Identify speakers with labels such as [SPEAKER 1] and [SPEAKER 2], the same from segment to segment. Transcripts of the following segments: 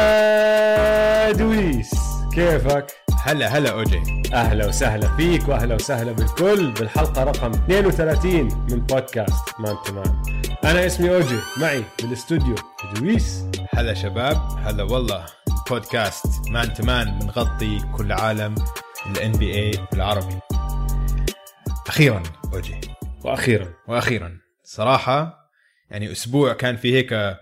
[SPEAKER 1] هلا دويس كيفك؟
[SPEAKER 2] هلا هلا اوجي
[SPEAKER 1] اهلا وسهلا فيك واهلا وسهلا بالكل بالحلقه رقم 32 من بودكاست مان تو مان انا اسمي اوجي معي بالاستوديو دويس
[SPEAKER 2] هلا شباب هلا والله بودكاست مان تو مان بنغطي كل عالم الان بي اي بالعربي اخيرا اوجي
[SPEAKER 1] واخيرا
[SPEAKER 2] واخيرا صراحه يعني اسبوع كان في هيك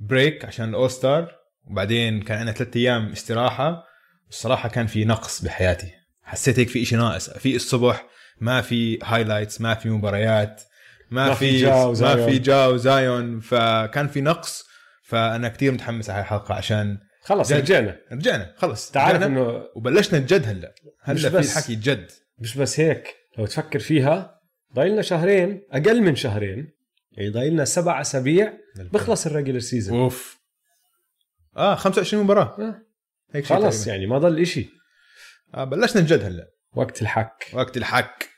[SPEAKER 2] بريك عشان الاول ستار وبعدين كان عندنا ثلاثة ايام استراحه الصراحه كان في نقص بحياتي حسيت هيك في شيء ناقص في الصبح ما في هايلايتس ما في مباريات ما,
[SPEAKER 1] ما في
[SPEAKER 2] في
[SPEAKER 1] جاو
[SPEAKER 2] ما
[SPEAKER 1] زايون.
[SPEAKER 2] في جاو زايون فكان في نقص فانا كتير متحمس على الحلقه عشان
[SPEAKER 1] خلص
[SPEAKER 2] جد.
[SPEAKER 1] رجعنا
[SPEAKER 2] رجعنا خلص
[SPEAKER 1] تعرف
[SPEAKER 2] رجعنا
[SPEAKER 1] انه
[SPEAKER 2] وبلشنا الجد هلا
[SPEAKER 1] مش
[SPEAKER 2] هلا
[SPEAKER 1] بس.
[SPEAKER 2] في حكي جد
[SPEAKER 1] مش بس هيك لو تفكر فيها ضايلنا شهرين اقل من شهرين يعني ضايلنا سبع اسابيع بخلص الريجلر سيزون
[SPEAKER 2] اوف اه 25 مباراه
[SPEAKER 1] آه.
[SPEAKER 2] هيك شيء
[SPEAKER 1] خلص
[SPEAKER 2] تقريباً.
[SPEAKER 1] يعني ما ضل إشي
[SPEAKER 2] آه بلشنا الجد هلا
[SPEAKER 1] وقت الحك
[SPEAKER 2] وقت الحك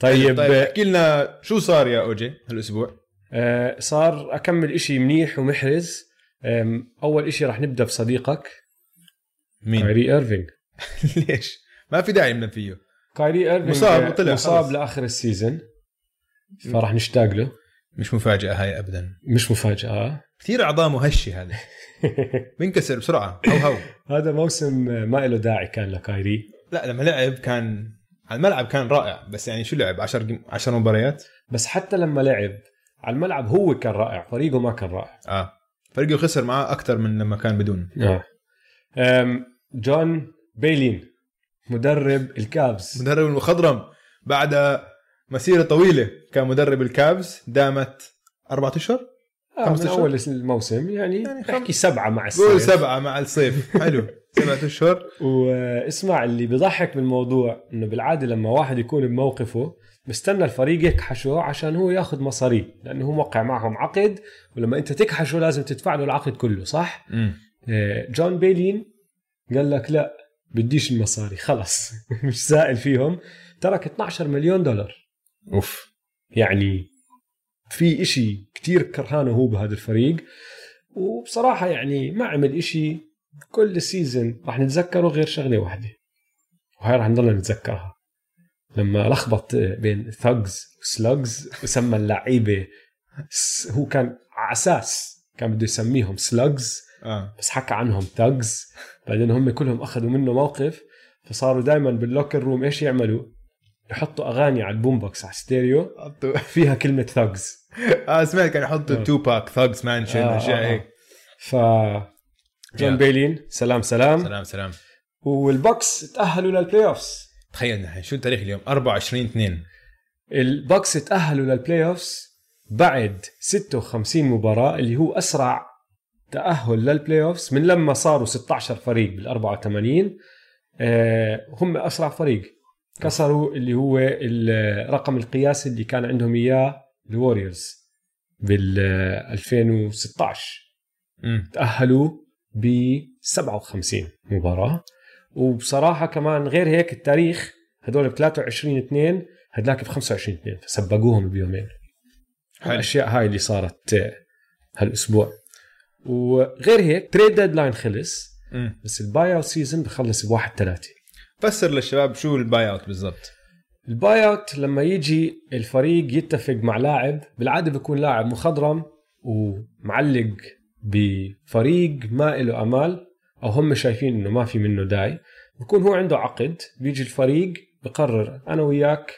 [SPEAKER 1] طيب,
[SPEAKER 2] طيب احكي لنا شو صار يا اوجي هالاسبوع
[SPEAKER 1] آه، صار اكمل إشي منيح ومحرز آم، اول إشي رح نبدا بصديقك
[SPEAKER 2] مين
[SPEAKER 1] كايري ايرفينج
[SPEAKER 2] ليش ما في داعي نبدا فيه
[SPEAKER 1] كايري ايرفينج
[SPEAKER 2] مصاب
[SPEAKER 1] آه،
[SPEAKER 2] وطلع
[SPEAKER 1] مصاب
[SPEAKER 2] خلص.
[SPEAKER 1] لاخر السيزون فرح نشتاق له
[SPEAKER 2] مش مفاجاه هاي ابدا
[SPEAKER 1] مش مفاجاه
[SPEAKER 2] كثير اعضاء مهشه هذا بينكسر بسرعه هو هو
[SPEAKER 1] هذا موسم آه، ما له داعي كان لكايري
[SPEAKER 2] لا لما لعب كان على الملعب كان رائع بس يعني شو لعب 10 10 مباريات
[SPEAKER 1] بس حتى لما لعب على الملعب هو كان رائع فريقه ما كان رائع
[SPEAKER 2] اه فريقه خسر معاه اكثر من لما كان بدون
[SPEAKER 1] آه. آم، جون بيلين مدرب الكابز
[SPEAKER 2] مدرب المخضرم بعد مسيره طويله كان مدرب الكابز دامت اربعة اشهر
[SPEAKER 1] آه من
[SPEAKER 2] خمسة أشهر؟
[SPEAKER 1] اول الموسم يعني,
[SPEAKER 2] يعني
[SPEAKER 1] يعني
[SPEAKER 2] خم-
[SPEAKER 1] احكي سبعه مع
[SPEAKER 2] قول
[SPEAKER 1] السنه
[SPEAKER 2] سبعه مع الصيف حلو سبعة اشهر
[SPEAKER 1] واسمع اللي بيضحك بالموضوع انه بالعاده لما واحد يكون بموقفه بستنى الفريق يكحشه عشان هو ياخذ مصاري لانه هو موقع معهم عقد ولما انت تكحشه لازم تدفع له العقد كله صح؟ آه، جون بيلين قال لك لا بديش المصاري خلص مش سائل فيهم ترك 12 مليون دولار
[SPEAKER 2] اوف
[SPEAKER 1] يعني في إشي كتير كرهانه هو بهذا الفريق وبصراحة يعني ما عمل إشي كل سيزن راح نتذكره غير شغلة واحدة وهي راح نضلنا نتذكرها لما لخبط بين ثاجز وسلاجز وسمى اللعيبة س- هو كان على أساس كان بده يسميهم سلاجز
[SPEAKER 2] اه
[SPEAKER 1] بس حكى عنهم تاجز بعدين هم كلهم اخذوا منه موقف فصاروا دائما باللوكر روم ايش يعملوا؟ يحطوا اغاني على البوم بوكس على ستيريو
[SPEAKER 2] حطوا
[SPEAKER 1] فيها كلمه ثاجز
[SPEAKER 2] اه سمعت كانوا
[SPEAKER 1] آه.
[SPEAKER 2] يحطوا تو باك ثاجز مانشن
[SPEAKER 1] آه،
[SPEAKER 2] اشياء
[SPEAKER 1] آه، آه.
[SPEAKER 2] هيك
[SPEAKER 1] ف جون
[SPEAKER 2] يلا.
[SPEAKER 1] بيلين سلام سلام
[SPEAKER 2] سلام سلام
[SPEAKER 1] والبوكس تاهلوا للبلاي اوفس
[SPEAKER 2] تخيل نحن شو التاريخ اليوم 24 2
[SPEAKER 1] البوكس تاهلوا للبلاي اوفس بعد 56 مباراه اللي هو اسرع تاهل للبلاي اوفس من لما صاروا 16 فريق بال 84 آه، هم اسرع فريق كسروا اللي هو الرقم القياسي اللي كان عندهم اياه الوريورز بال 2016
[SPEAKER 2] امم
[SPEAKER 1] تأهلوا ب 57 مباراة وبصراحة كمان غير هيك التاريخ هدول ب 23 2 هدلاك ب 25 2 فسبقوهم بيومين
[SPEAKER 2] حلو
[SPEAKER 1] الأشياء هاي اللي صارت آه، هالأسبوع وغير هيك تريد ديدلاين خلص
[SPEAKER 2] أمم.
[SPEAKER 1] بس الباي اوت سيزون بخلص ب 1 3
[SPEAKER 2] فسر للشباب شو الباي اوت بالضبط
[SPEAKER 1] الباي اوت لما يجي الفريق يتفق مع لاعب بالعاده بيكون لاعب مخضرم ومعلق بفريق ما له امال او هم شايفين انه ما في منه داعي بكون هو عنده عقد بيجي الفريق بقرر انا وياك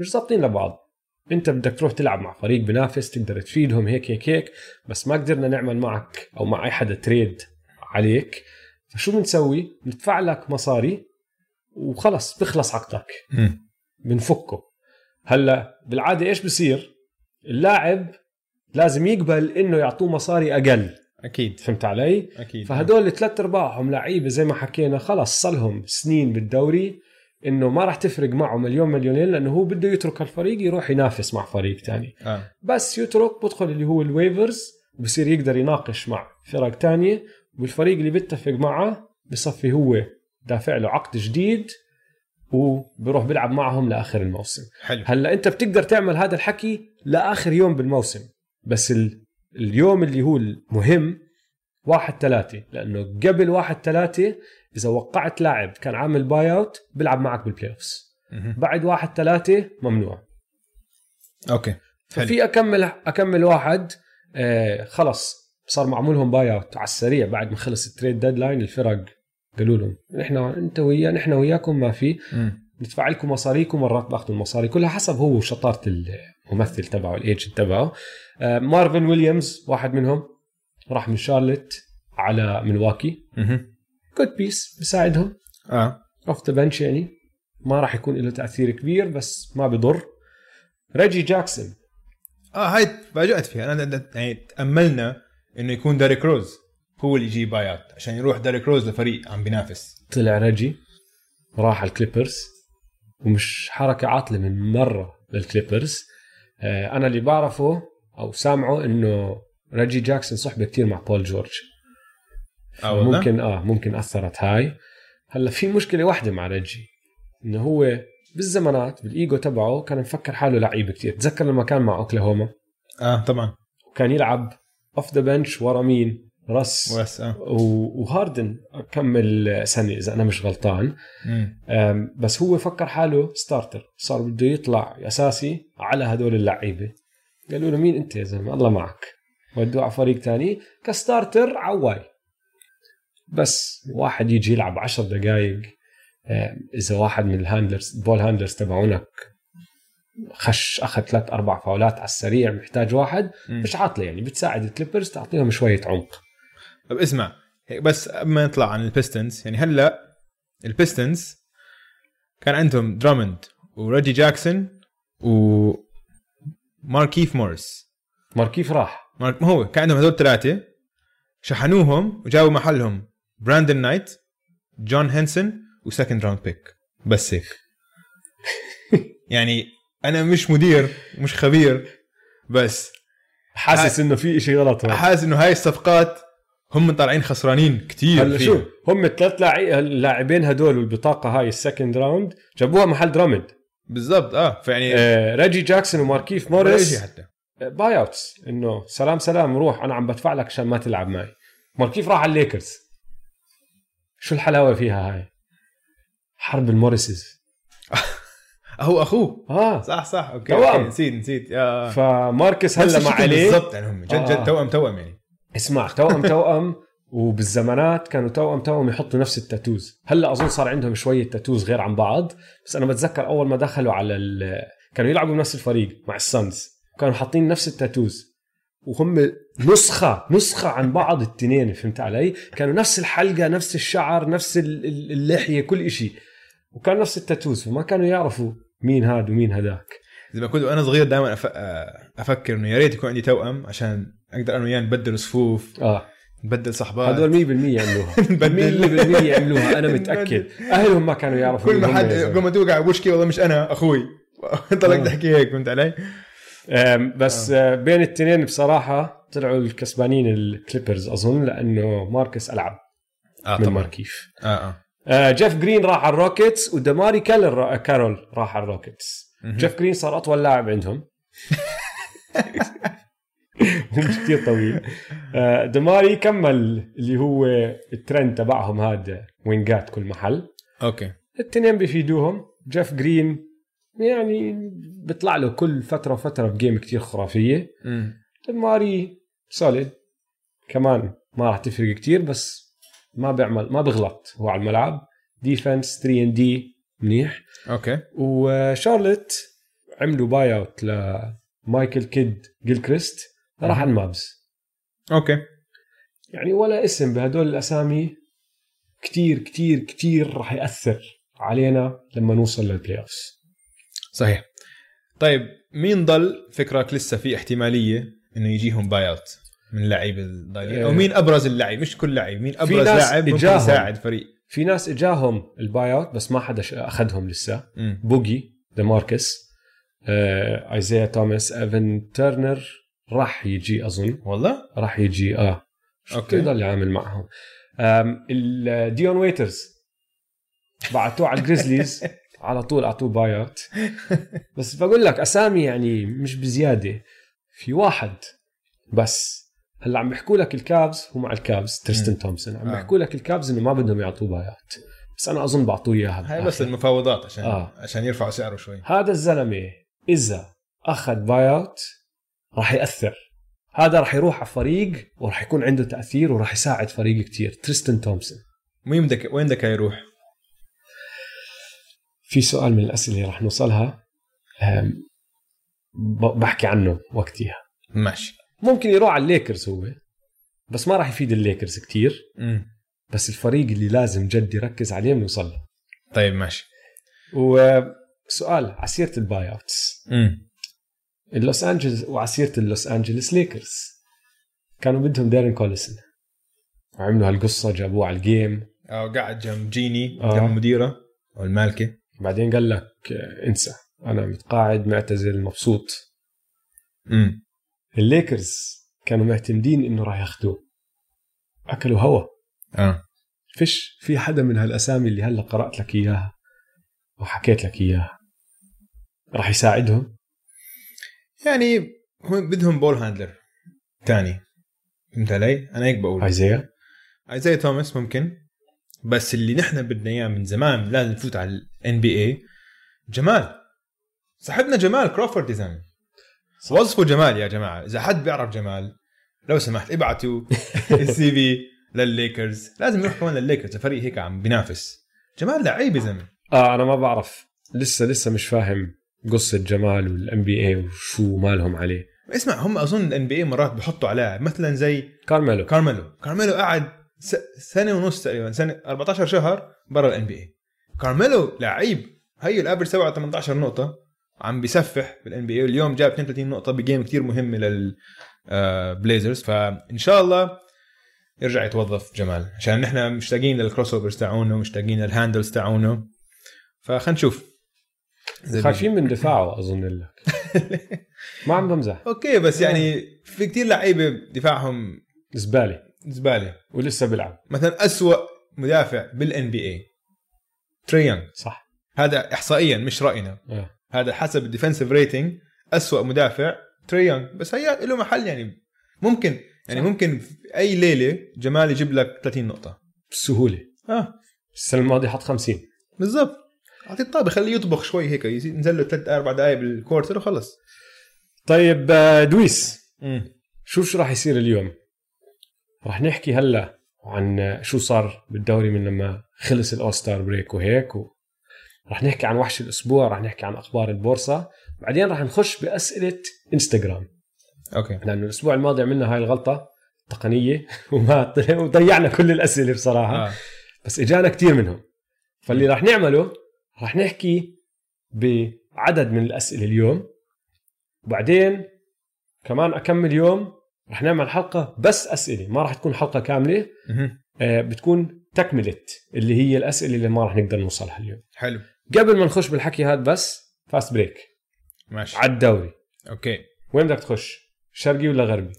[SPEAKER 1] مش ظابطين لبعض انت بدك تروح تلعب مع فريق بنافس تقدر تفيدهم هيك هيك هيك بس ما قدرنا نعمل معك او مع اي حدا تريد عليك فشو بنسوي ندفع لك مصاري وخلص بخلص عقدك
[SPEAKER 2] امم
[SPEAKER 1] بنفكه هلا بالعاده ايش بصير اللاعب لازم يقبل انه يعطوه مصاري اقل
[SPEAKER 2] اكيد
[SPEAKER 1] فهمت علي
[SPEAKER 2] اكيد
[SPEAKER 1] فهدول ثلاث ارباعهم لعيبه زي ما حكينا خلص صلهم سنين بالدوري انه ما راح تفرق معه مليون مليونين لانه هو بده يترك الفريق يروح ينافس مع فريق تاني
[SPEAKER 2] اه
[SPEAKER 1] بس يترك بدخل اللي هو الويفرز وبصير يقدر يناقش مع فرق تانية والفريق اللي بيتفق معه بصفي هو دافع له عقد جديد وبروح بيلعب معهم لاخر الموسم
[SPEAKER 2] حلو
[SPEAKER 1] هلا انت بتقدر تعمل هذا الحكي لاخر يوم بالموسم بس ال... اليوم اللي هو المهم واحد ثلاثة لأنه قبل واحد ثلاثة إذا وقعت لاعب كان عامل باي أوت بيلعب معك بالبلاي أوفس
[SPEAKER 2] مهم.
[SPEAKER 1] بعد واحد ثلاثة ممنوع
[SPEAKER 2] اوكي حلو.
[SPEAKER 1] ففي أكمل أكمل واحد آه خلص صار معمولهم باي أوت على السريع بعد ما خلص التريد ديدلاين الفرق قالوا لهم نحن انت ويا نحن وياكم ما في
[SPEAKER 2] مم.
[SPEAKER 1] ندفع لكم مصاريكم مرات باخذوا المصاري كلها حسب هو شطاره الممثل تبعه الايجنت تبعه آه، مارفن ويليامز واحد منهم راح من شارلت على ملواكي
[SPEAKER 2] مهم.
[SPEAKER 1] جود بيس بيساعدهم
[SPEAKER 2] اه
[SPEAKER 1] اوف ذا بنش يعني ما راح يكون له تاثير كبير بس ما بضر ريجي جاكسون
[SPEAKER 2] اه هاي تفاجات فيها انا د- يعني تاملنا انه يكون ديريك روز هو اللي يجيب بايات عشان يروح ديريك روز لفريق عم بينافس
[SPEAKER 1] طلع ريجي راح على الكليبرز ومش حركه عاطله من مره للكليبرز آه، انا اللي بعرفه او سامعه انه ريجي جاكسون صحبه كتير مع بول جورج
[SPEAKER 2] آه، والله؟
[SPEAKER 1] ممكن اه ممكن اثرت هاي هلا في مشكله واحده مع ريجي انه هو بالزمانات بالايجو تبعه كان مفكر حاله لعيب كتير تذكر لما كان مع اوكلاهوما
[SPEAKER 2] اه طبعا
[SPEAKER 1] وكان يلعب اوف ذا بنش ورا مين راس
[SPEAKER 2] بس اه
[SPEAKER 1] و- وهاردن كمل سنه اذا انا مش غلطان
[SPEAKER 2] مم.
[SPEAKER 1] أم، بس هو فكر حاله ستارتر صار بده يطلع اساسي على هدول اللعيبه قالوا له مين انت يا زلمه الله معك ودوه على فريق تاني كستارتر عواي بس واحد يجي يلعب عشر دقائق اذا واحد من الهاندلرز بول هاندلرز تبعونك خش اخذ ثلاث اربع فاولات على السريع محتاج واحد
[SPEAKER 2] مم.
[SPEAKER 1] مش عاطله يعني بتساعد الكليبرز تعطيهم شويه عمق
[SPEAKER 2] طب اسمع هيك بس قبل ما نطلع عن البيستنز يعني هلا البيستنز كان عندهم درامند وريجي جاكسون و ماركيف مورس
[SPEAKER 1] ماركيف راح
[SPEAKER 2] مارك ما هو كان عندهم هذول الثلاثه شحنوهم وجابوا محلهم براندن نايت جون هنسون وسكند راوند بيك بس هيك يعني انا مش مدير مش خبير بس
[SPEAKER 1] حاسس انه في شيء غلط هون.
[SPEAKER 2] حاسس انه هاي الصفقات هم طالعين خسرانين كتير
[SPEAKER 1] هلا
[SPEAKER 2] فيها.
[SPEAKER 1] شوف هم الثلاث لاعي- اللاعبين هدول والبطاقه هاي السكند راوند جابوها محل درامند
[SPEAKER 2] بالضبط اه فيعني
[SPEAKER 1] آه ريجي جاكسون وماركيف
[SPEAKER 2] ولا شيء
[SPEAKER 1] موريس
[SPEAKER 2] حتى
[SPEAKER 1] آه، باي اوتس انه سلام سلام روح انا عم بدفع لك عشان ما تلعب معي ماركيف راح على الليكرز شو الحلاوه فيها هاي حرب الموريسز
[SPEAKER 2] هو اخوه
[SPEAKER 1] اه
[SPEAKER 2] صح صح اوكي
[SPEAKER 1] توأم.
[SPEAKER 2] أوكي، نسيت نسيت آه.
[SPEAKER 1] فماركس
[SPEAKER 2] نفس
[SPEAKER 1] هلا
[SPEAKER 2] الشكل
[SPEAKER 1] مع عليه
[SPEAKER 2] بالضبط يعني هم جد
[SPEAKER 1] آه.
[SPEAKER 2] جد توأم توأم يعني
[SPEAKER 1] اسمع توأم توأم وبالزمانات كانوا توأم توأم يحطوا نفس التاتوز هلا اظن صار عندهم شويه تاتوز غير عن بعض بس انا بتذكر اول ما دخلوا على ال... كانوا يلعبوا بنفس الفريق مع السانز كانوا حاطين نفس التاتوز وهم نسخة نسخة عن بعض التنين فهمت علي؟ كانوا نفس الحلقة نفس الشعر نفس ال- ال- اللحية كل إشي وكان نفس التاتوز فما كانوا يعرفوا مين هاد ومين هداك
[SPEAKER 2] زي ما كنت وانا صغير دائما أف... آه، افكر انه يا ريت يكون عندي توأم عشان اقدر انا وياه نبدل صفوف
[SPEAKER 1] اه
[SPEAKER 2] نبدل صحبات
[SPEAKER 1] هدول 100% يعملوها 100%
[SPEAKER 2] نبدل
[SPEAKER 1] يعملوها انا متاكد اهلهم ما كانوا يعرفوا
[SPEAKER 2] كل
[SPEAKER 1] مين هم
[SPEAKER 2] ما حد
[SPEAKER 1] يا زلمة.
[SPEAKER 2] كل ما توقع بوشكي والله مش انا اخوي
[SPEAKER 1] آه.
[SPEAKER 2] طلعت تحكي هيك فهمت علي؟
[SPEAKER 1] أم، بس آه، بين التنين بصراحه طلعوا الكسبانين الكليبرز اظن لانه ماركس العب
[SPEAKER 2] اه
[SPEAKER 1] من ماركيف
[SPEAKER 2] اه اه
[SPEAKER 1] آه، جيف جرين راح على الروكيتس ودماري كالر را- كارول راح على الروكيتس
[SPEAKER 2] مهم.
[SPEAKER 1] جيف جرين صار اطول لاعب عندهم مش كثير طويل آه، دماري كمل اللي هو الترند تبعهم هذا وينجات كل محل
[SPEAKER 2] اوكي
[SPEAKER 1] التنين بيفيدوهم جيف جرين يعني بيطلع له كل فتره وفتره بجيم كتير خرافيه
[SPEAKER 2] أمم.
[SPEAKER 1] ماري سوليد كمان ما راح تفرق كتير بس ما بيعمل ما بغلط هو على الملعب ديفنس 3 ان دي منيح
[SPEAKER 2] اوكي
[SPEAKER 1] وشارلت عملوا باي اوت لمايكل كيد جيلكريست راح على المابز
[SPEAKER 2] اوكي
[SPEAKER 1] يعني ولا اسم بهدول الاسامي كتير كتير كتير راح ياثر علينا لما نوصل للبلاي اوفز
[SPEAKER 2] صحيح طيب مين ضل فكرك لسه في احتماليه انه يجيهم باي اوت من لعيب الضايعين او
[SPEAKER 1] آه.
[SPEAKER 2] مين ابرز اللاعب مش كل لاعب مين
[SPEAKER 1] في
[SPEAKER 2] ابرز
[SPEAKER 1] ناس
[SPEAKER 2] لاعب ممكن
[SPEAKER 1] إجاهم.
[SPEAKER 2] يساعد فريق
[SPEAKER 1] في ناس اجاهم الباي اوت بس ما حدا ش- اخذهم لسه
[SPEAKER 2] أمم.
[SPEAKER 1] بوجي ديماركس آه، ايزايا توماس ايفن ترنر راح يجي اظن
[SPEAKER 2] والله
[SPEAKER 1] راح يجي اه شو
[SPEAKER 2] أوكي.
[SPEAKER 1] بتقدر يعمل معهم آم، ال- ديون ويترز بعتوه على الجريزليز على طول اعطوه باي اوت بس بقول لك اسامي يعني مش بزياده في واحد بس هلا عم بيحكوا لك الكابز هو مع الكابز تريستن
[SPEAKER 2] مم.
[SPEAKER 1] تومسون عم
[SPEAKER 2] آه.
[SPEAKER 1] بيحكوا لك الكابز انه ما بدهم يعطوه بايات بس انا اظن بعطوه اياها
[SPEAKER 2] هاي بس
[SPEAKER 1] بالآخر.
[SPEAKER 2] المفاوضات عشان
[SPEAKER 1] آه.
[SPEAKER 2] آه. عشان يرفعوا سعره شوي
[SPEAKER 1] هذا الزلمه اذا اخذ بايات راح ياثر هذا راح يروح على فريق وراح يكون عنده تاثير وراح يساعد فريق كتير تريستن تومسون
[SPEAKER 2] مين بدك وين بدك يروح؟
[SPEAKER 1] في سؤال من الاسئله رح نوصلها أم، ب- بحكي عنه وقتها
[SPEAKER 2] ماشي
[SPEAKER 1] ممكن يروح على الليكرز هو بس ما راح يفيد الليكرز كتير
[SPEAKER 2] مم.
[SPEAKER 1] بس الفريق اللي لازم جد يركز عليه ويوصل له
[SPEAKER 2] طيب ماشي
[SPEAKER 1] وسؤال عسيرة الباي اوتس
[SPEAKER 2] مم.
[SPEAKER 1] اللوس انجلس وعسيرة اللوس انجلس ليكرز كانوا بدهم دارين كوليسن وعملوا هالقصة جابوه على الجيم
[SPEAKER 2] او آه، قاعد جنب جيني
[SPEAKER 1] آه.
[SPEAKER 2] آه. جنب مديره او المالكه
[SPEAKER 1] بعدين قال لك آه، انسى انا متقاعد معتزل مبسوط
[SPEAKER 2] مم.
[SPEAKER 1] الليكرز كانوا معتمدين انه راح ياخذوه اكلوا هوا
[SPEAKER 2] اه
[SPEAKER 1] فيش في حدا من هالاسامي اللي هلا قرات لك اياها وحكيت لك اياها راح يساعدهم
[SPEAKER 2] يعني هم بدهم بول هاندلر ثاني فهمت علي؟ انا هيك بقول
[SPEAKER 1] ايزيا
[SPEAKER 2] ايزاي آه، توماس ممكن بس اللي نحن بدنا اياه من زمان لازم نفوت على الان بي اي جمال صاحبنا جمال كروفورد يا زلمه وظفوا جمال يا جماعه اذا حد بيعرف جمال لو سمحت ابعتوا السي في للليكرز لازم يروح كمان للليكرز فريق هيك عم بينافس جمال لعيب يا زلمه
[SPEAKER 1] اه انا ما بعرف لسه لسه مش فاهم قصه جمال والان بي اي وشو مالهم عليه
[SPEAKER 2] اسمع هم اظن الان بي اي مرات بحطوا على لاعب مثلا زي
[SPEAKER 1] كارميلو
[SPEAKER 2] كارميلو كارميلو قعد س- سنه ونص تقريبا سنه 14 شهر برا الان بي اي كارميلو لعيب هي الافرج سبعة 18 نقطه عم بيسفح بالان بي اي واليوم جاب 32 نقطه بجيم كتير مهمه للبليزرز فان آه، شاء الله يرجع يتوظف جمال عشان نحن مشتاقين للكروس اوفرز تاعونه مشتاقين للهاندلز تاعونه فخلينا نشوف إذا
[SPEAKER 1] خايفين من دفاعه اظن لك ما عم بمزح
[SPEAKER 2] اوكي بس يعني في كتير لعيبه دفاعهم
[SPEAKER 1] زباله
[SPEAKER 2] زباله
[SPEAKER 1] ولسه بيلعب
[SPEAKER 2] مثلا أسوأ مدافع بالان بي اي تريان
[SPEAKER 1] صح
[SPEAKER 2] هذا احصائيا مش راينا
[SPEAKER 1] آه.
[SPEAKER 2] هذا حسب الديفنسيف ريتنج أسوأ مدافع تريان بس هي له محل يعني ممكن يعني
[SPEAKER 1] صح.
[SPEAKER 2] ممكن في اي ليله جمال يجيب لك 30 نقطه
[SPEAKER 1] بسهوله
[SPEAKER 2] اه
[SPEAKER 1] السنه الماضيه حط 50
[SPEAKER 2] بالضبط اعطيه الطابه خليه يطبخ شوي هيك يزيد- ينزل له ثلاث اربع دقائق بالكورتر وخلص
[SPEAKER 1] طيب آه، دويس
[SPEAKER 2] امم
[SPEAKER 1] شوف شو راح يصير اليوم راح نحكي هلا عن شو صار بالدوري من لما خلص الاوستار بريك وهيك و... راح نحكي عن وحش الاسبوع راح نحكي عن اخبار البورصه بعدين راح نخش باسئله انستغرام
[SPEAKER 2] اوكي
[SPEAKER 1] لانه الاسبوع الماضي عملنا هاي الغلطه تقنيه وما طلع- وضيعنا كل الاسئله بصراحه
[SPEAKER 2] آه.
[SPEAKER 1] بس اجانا كتير منهم فاللي راح نعمله راح نحكي بعدد من الاسئله اليوم وبعدين كمان اكمل يوم راح نعمل حلقه بس اسئله ما راح تكون حلقه كامله
[SPEAKER 2] مهم.
[SPEAKER 1] آه، بتكون تكمله اللي هي الاسئله اللي ما راح نقدر نوصلها اليوم
[SPEAKER 2] حلو
[SPEAKER 1] قبل ما نخش بالحكي هذا بس فاست بريك
[SPEAKER 2] ماشي
[SPEAKER 1] على الدوري
[SPEAKER 2] اوكي
[SPEAKER 1] وين بدك تخش شرقي ولا غربي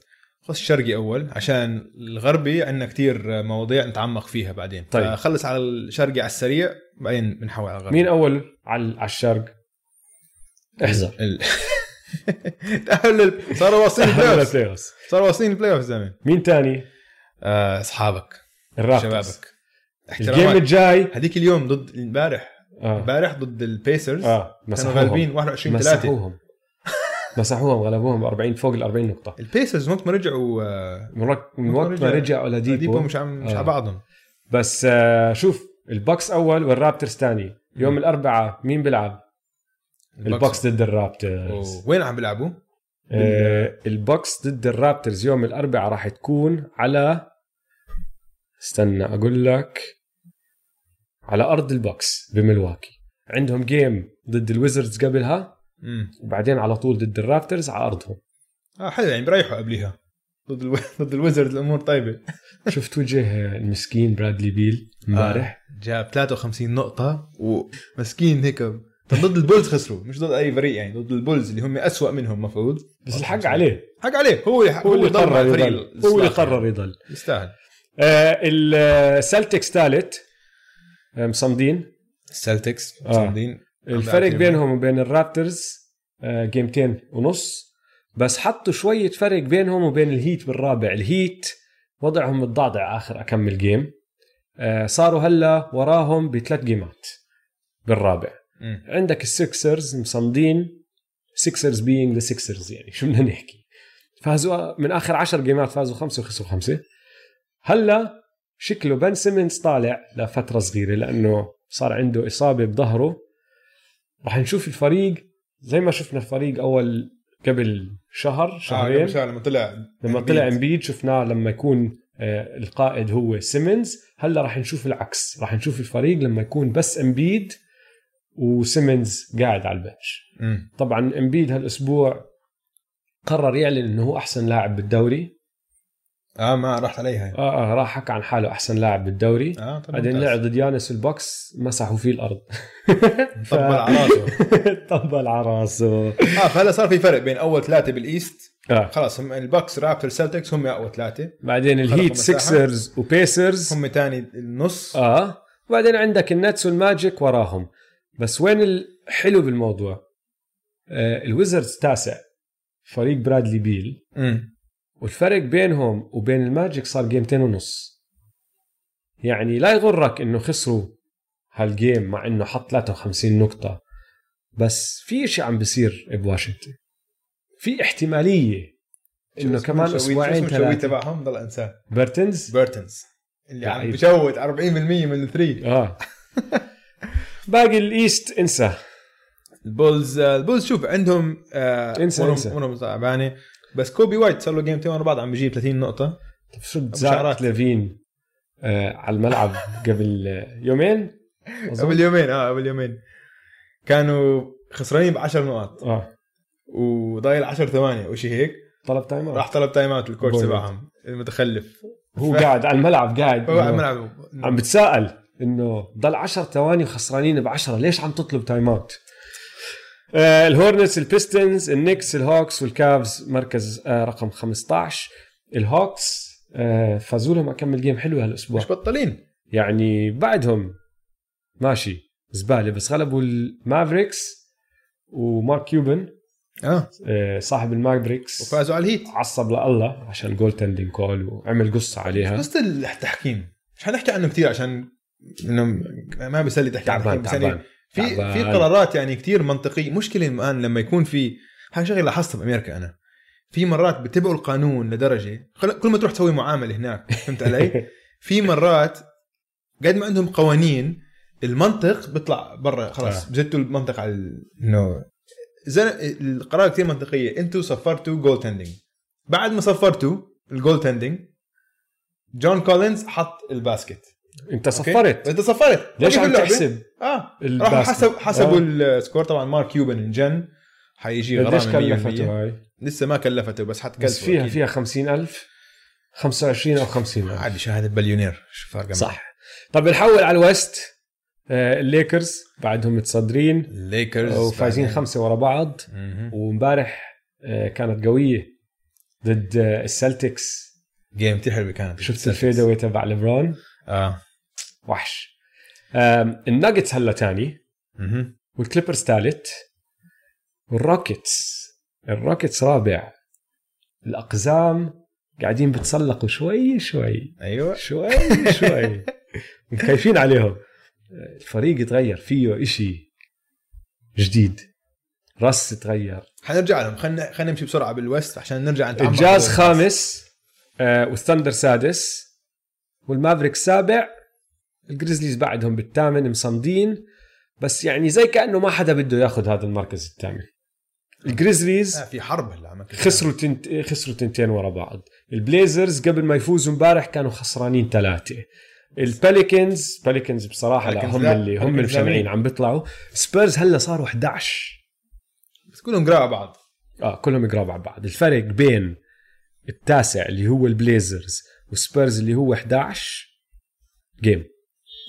[SPEAKER 2] خص الشرقي اول عشان الغربي عندنا كتير مواضيع نتعمق فيها بعدين
[SPEAKER 1] طيب.
[SPEAKER 2] طيب خلص على الشرقي على السريع بعدين بنحول على الغربي
[SPEAKER 1] مين اول على على الشرق احذر
[SPEAKER 2] ال... تأهل لل- صاروا واصلين البلاي اوف
[SPEAKER 1] لاس
[SPEAKER 2] صاروا واصلين البلاي اوف زمان
[SPEAKER 1] مين تاني
[SPEAKER 2] آه، اصحابك
[SPEAKER 1] الرابطرز
[SPEAKER 2] شبابك
[SPEAKER 1] الجيم
[SPEAKER 2] احترامك
[SPEAKER 1] الجاي
[SPEAKER 2] هذيك اليوم ضد امبارح
[SPEAKER 1] آه.
[SPEAKER 2] امبارح ضد البيسرز
[SPEAKER 1] اه
[SPEAKER 2] كانوا
[SPEAKER 1] مسحوهم
[SPEAKER 2] غالبين 21 3
[SPEAKER 1] مسحوهم مسحوهم غلبوهم ب 40 فوق ال 40 نقطة
[SPEAKER 2] البيسرز وقت ما رجعوا آه،
[SPEAKER 1] من وقت من
[SPEAKER 2] وقت
[SPEAKER 1] وقت ما
[SPEAKER 2] رجع
[SPEAKER 1] رجع
[SPEAKER 2] ديبو
[SPEAKER 1] اولاديبو
[SPEAKER 2] مش عم مش
[SPEAKER 1] آه.
[SPEAKER 2] على بعضهم
[SPEAKER 1] بس آه شوف البوكس اول والرابترز ثاني يوم
[SPEAKER 2] مم.
[SPEAKER 1] الاربعاء مين بيلعب؟ البوكس ضد الرابترز
[SPEAKER 2] أوه. وين عم بيلعبوا؟
[SPEAKER 1] آه البوكس ضد الرابترز يوم الاربعاء راح تكون على استنى اقول لك على ارض البوكس بملواكي عندهم جيم ضد الويزردز قبلها
[SPEAKER 2] مم.
[SPEAKER 1] وبعدين على طول ضد الرابترز على ارضهم
[SPEAKER 2] اه حلو يعني بريحوا قبليها ضد الو... ضد الويزرد الامور طيبه
[SPEAKER 1] شفت وجه المسكين برادلي بيل امبارح
[SPEAKER 2] جاب 53 نقطة ومسكين هيك طب ضد البولز خسروا مش ضد أي فريق يعني ضد البولز اللي هم أسوأ منهم مفروض
[SPEAKER 1] آه. بس الحق عليه
[SPEAKER 2] حق عليه هو اللي
[SPEAKER 1] هو اللي
[SPEAKER 2] ضل مع
[SPEAKER 1] قرر
[SPEAKER 2] الفريق
[SPEAKER 1] يضل هو اللي
[SPEAKER 2] الإصلاح
[SPEAKER 1] قرر
[SPEAKER 2] يعني.
[SPEAKER 1] يضل
[SPEAKER 2] يستاهل
[SPEAKER 1] آه السلتكس ثالث آه، مصمدين
[SPEAKER 2] السلتكس
[SPEAKER 1] آه.
[SPEAKER 2] مصمدين
[SPEAKER 1] الفرق بينهم وبين الرابترز آه، جيمتين ونص بس حطوا شويه فرق بينهم وبين الهيت بالرابع الهيت وضعهم متضعضع اخر اكمل جيم آه، صاروا هلا وراهم بثلاث جيمات بالرابع
[SPEAKER 2] مم. آه،
[SPEAKER 1] عندك السكسرز مصمدين سكسرز بينج لسكسرز يعني شو بدنا نحكي فازوا من اخر عشر جيمات فازوا خمسه وخسروا خمسه هلا شكله بن سيمنز طالع لفتره صغيره لانه صار عنده اصابه بظهره رح نشوف الفريق زي ما شفنا الفريق اول قبل شهر
[SPEAKER 2] آه،
[SPEAKER 1] شهرين
[SPEAKER 2] قبل شهر لما طلع
[SPEAKER 1] لما طلع امبيد شفناه لما يكون آه، القائد هو سيمنز هلا راح نشوف العكس راح نشوف الفريق لما يكون بس امبيد وسيمنز قاعد على البنش
[SPEAKER 2] مم.
[SPEAKER 1] طبعا امبيد هالاسبوع قرر يعلن انه هو احسن لاعب بالدوري
[SPEAKER 2] اه ما رحت عليها
[SPEAKER 1] اه, آه راح حكى عن حاله احسن لاعب بالدوري
[SPEAKER 2] اه طب
[SPEAKER 1] بعدين
[SPEAKER 2] ممتاز.
[SPEAKER 1] لعب ضد يانس البوكس مسحوا فيه الارض
[SPEAKER 2] طبل على راسه
[SPEAKER 1] طبل على راسه
[SPEAKER 2] اه فهلا صار في فرق بين اول ثلاثه بالايست
[SPEAKER 1] آه.
[SPEAKER 2] خلاص هم البكس رابتر سلتكس هم اول ثلاثه
[SPEAKER 1] بعدين الهيت
[SPEAKER 2] مساحة.
[SPEAKER 1] سيكسرز وبيسرز
[SPEAKER 2] هم ثاني النص
[SPEAKER 1] اه وبعدين عندك النتس والماجيك وراهم بس وين الحلو بالموضوع آه الويزردز تاسع فريق برادلي بيل
[SPEAKER 2] مم.
[SPEAKER 1] والفرق بينهم وبين الماجيك صار جيمتين ونص يعني لا يغرك انه خسروا هالجيم مع انه حط 53 نقطة بس في شيء عم بيصير بواشنطن في احتمالية انه
[SPEAKER 2] شو اسمه
[SPEAKER 1] كمان
[SPEAKER 2] شويت-
[SPEAKER 1] اسبوعين
[SPEAKER 2] شو اسمه شويت
[SPEAKER 1] ثلاثة
[SPEAKER 2] تبعهم ضل انساه
[SPEAKER 1] برتنز
[SPEAKER 2] بيرتنز اللي عم
[SPEAKER 1] لعيب.
[SPEAKER 2] بشوت 40% من الثري
[SPEAKER 1] اه باقي الايست انسى
[SPEAKER 2] البولز البولز شوف عندهم آه
[SPEAKER 1] انسى-
[SPEAKER 2] امورهم
[SPEAKER 1] انسى.
[SPEAKER 2] امورهم تعبانه بس كوبي وايت صار له جيمتين ورا بعض عم بيجيب 30 نقطه
[SPEAKER 1] طب شو
[SPEAKER 2] شعرات.
[SPEAKER 1] بتزعرت لافين آه على الملعب قبل آه، يومين أظن.
[SPEAKER 2] قبل يومين اه قبل يومين كانوا خسرانين ب 10 نقاط
[SPEAKER 1] اه
[SPEAKER 2] وضايل 10 ثواني او شيء هيك
[SPEAKER 1] طلب تايم
[SPEAKER 2] راح
[SPEAKER 1] اوت
[SPEAKER 2] طلب تايم اوت الكورس
[SPEAKER 1] بولد.
[SPEAKER 2] تبعهم المتخلف
[SPEAKER 1] هو
[SPEAKER 2] ف-
[SPEAKER 1] قاعد على الملعب قاعد
[SPEAKER 2] هو
[SPEAKER 1] إنه-
[SPEAKER 2] آه. عم يلعب
[SPEAKER 1] عم بتساءل انه ضل 10 ثواني وخسرانين ب 10 ليش عم تطلب تايم اوت؟ آه الهورنتس البيستنز النكس الهوكس والكافز مركز آه رقم 15 الهوكس آه فازوا لهم اكمل جيم حلو هالاسبوع
[SPEAKER 2] مش بطلين
[SPEAKER 1] يعني بعدهم ماشي زباله بس غلبوا المافريكس ومارك كيوبن
[SPEAKER 2] اه
[SPEAKER 1] آه، صاحب المافريكس
[SPEAKER 2] وفازوا على الهيت
[SPEAKER 1] عصب لله عشان جول تندين كول وعمل قصه عليها
[SPEAKER 2] قصه التحكيم مش حنحكي عنه كثير عشان انه ما بيسلي تحكي عنه
[SPEAKER 1] تعبان
[SPEAKER 2] كثير، بس يعني
[SPEAKER 1] تعبان
[SPEAKER 2] في
[SPEAKER 1] تعبان.
[SPEAKER 2] في قرارات يعني كثير منطقيه مشكله الان لما يكون في هاي شغله لاحظتها بامريكا انا في مرات بتبعوا القانون لدرجه خل- كل ما تروح تسوي معامله هناك فهمت علي في مرات قد ما عندهم قوانين المنطق بيطلع برا خلاص
[SPEAKER 1] آه.
[SPEAKER 2] بزتوا المنطق على ال- انه زن- القرار كثير منطقيه انتم صفرتوا جول تندنج بعد ما صفرتوا الجول تندنج جون كولينز حط الباسكت
[SPEAKER 1] انت
[SPEAKER 2] أوكي؟
[SPEAKER 1] صفرت
[SPEAKER 2] انت صفرت
[SPEAKER 1] ليش
[SPEAKER 2] وقف
[SPEAKER 1] عم
[SPEAKER 2] اللعبة.
[SPEAKER 1] تحسب
[SPEAKER 2] اه راحوا
[SPEAKER 1] الباسكت؟
[SPEAKER 2] حسب حسبوا
[SPEAKER 1] آه.
[SPEAKER 2] السكور طبعا مارك كيوبن انجن حيجي
[SPEAKER 1] قديش
[SPEAKER 2] غرامه 100%
[SPEAKER 1] كلفته هاي؟
[SPEAKER 2] لسه ما كلفته بس حتكلفه
[SPEAKER 1] بس فيها
[SPEAKER 2] أكيد.
[SPEAKER 1] فيها 50000 25 او 50000
[SPEAKER 2] عادي شهاده بليونير شو فرق عمل.
[SPEAKER 1] صح طب نحول على الوست آه، الليكرز بعدهم متصدرين
[SPEAKER 2] الليكرز
[SPEAKER 1] وفايزين
[SPEAKER 2] بعدين.
[SPEAKER 1] خمسه ورا بعض
[SPEAKER 2] مهم.
[SPEAKER 1] ومبارح آه، كانت قويه ضد آه، السلتكس
[SPEAKER 2] جيم كثير حلوه كانت
[SPEAKER 1] شفت الفيدوي تبع ليبرون
[SPEAKER 2] اه
[SPEAKER 1] وحش آم، الناجتس هلا تاني
[SPEAKER 2] مهم.
[SPEAKER 1] والكليبرز ثالث والروكيتس الروكيتس رابع الاقزام قاعدين بتسلقوا شوي شوي
[SPEAKER 2] ايوه
[SPEAKER 1] شوي شوي مكيفين عليهم الفريق يتغير فيه إشي جديد راس تغير
[SPEAKER 2] حنرجع لهم خلينا خلينا نمشي بسرعه بالوست عشان نرجع نتعمق
[SPEAKER 1] الجاز
[SPEAKER 2] بالوست.
[SPEAKER 1] خامس آه والثندر سادس والمافريك سابع الجريزليز بعدهم بالثامن مصمدين بس يعني زي كانه ما حدا بده ياخذ هذا المركز الثامن الجريزليز
[SPEAKER 2] آه في حرب هلا عم نحكي.
[SPEAKER 1] خسروا تنت... خسروا تنتين ورا بعض البليزرز قبل ما يفوزوا امبارح كانوا خسرانين ثلاثه الباليكنز باليكنز بصراحه لا
[SPEAKER 2] Pelicans
[SPEAKER 1] هم
[SPEAKER 2] لا.
[SPEAKER 1] اللي هم
[SPEAKER 2] Pelicans
[SPEAKER 1] المشمعين
[SPEAKER 2] زعلانين.
[SPEAKER 1] عم بيطلعوا سبيرز هلا صاروا 11
[SPEAKER 2] بس كلهم قراء بعض
[SPEAKER 1] اه كلهم قراب على بعض الفرق بين التاسع اللي هو البليزرز والسبيرز اللي هو 11 جيم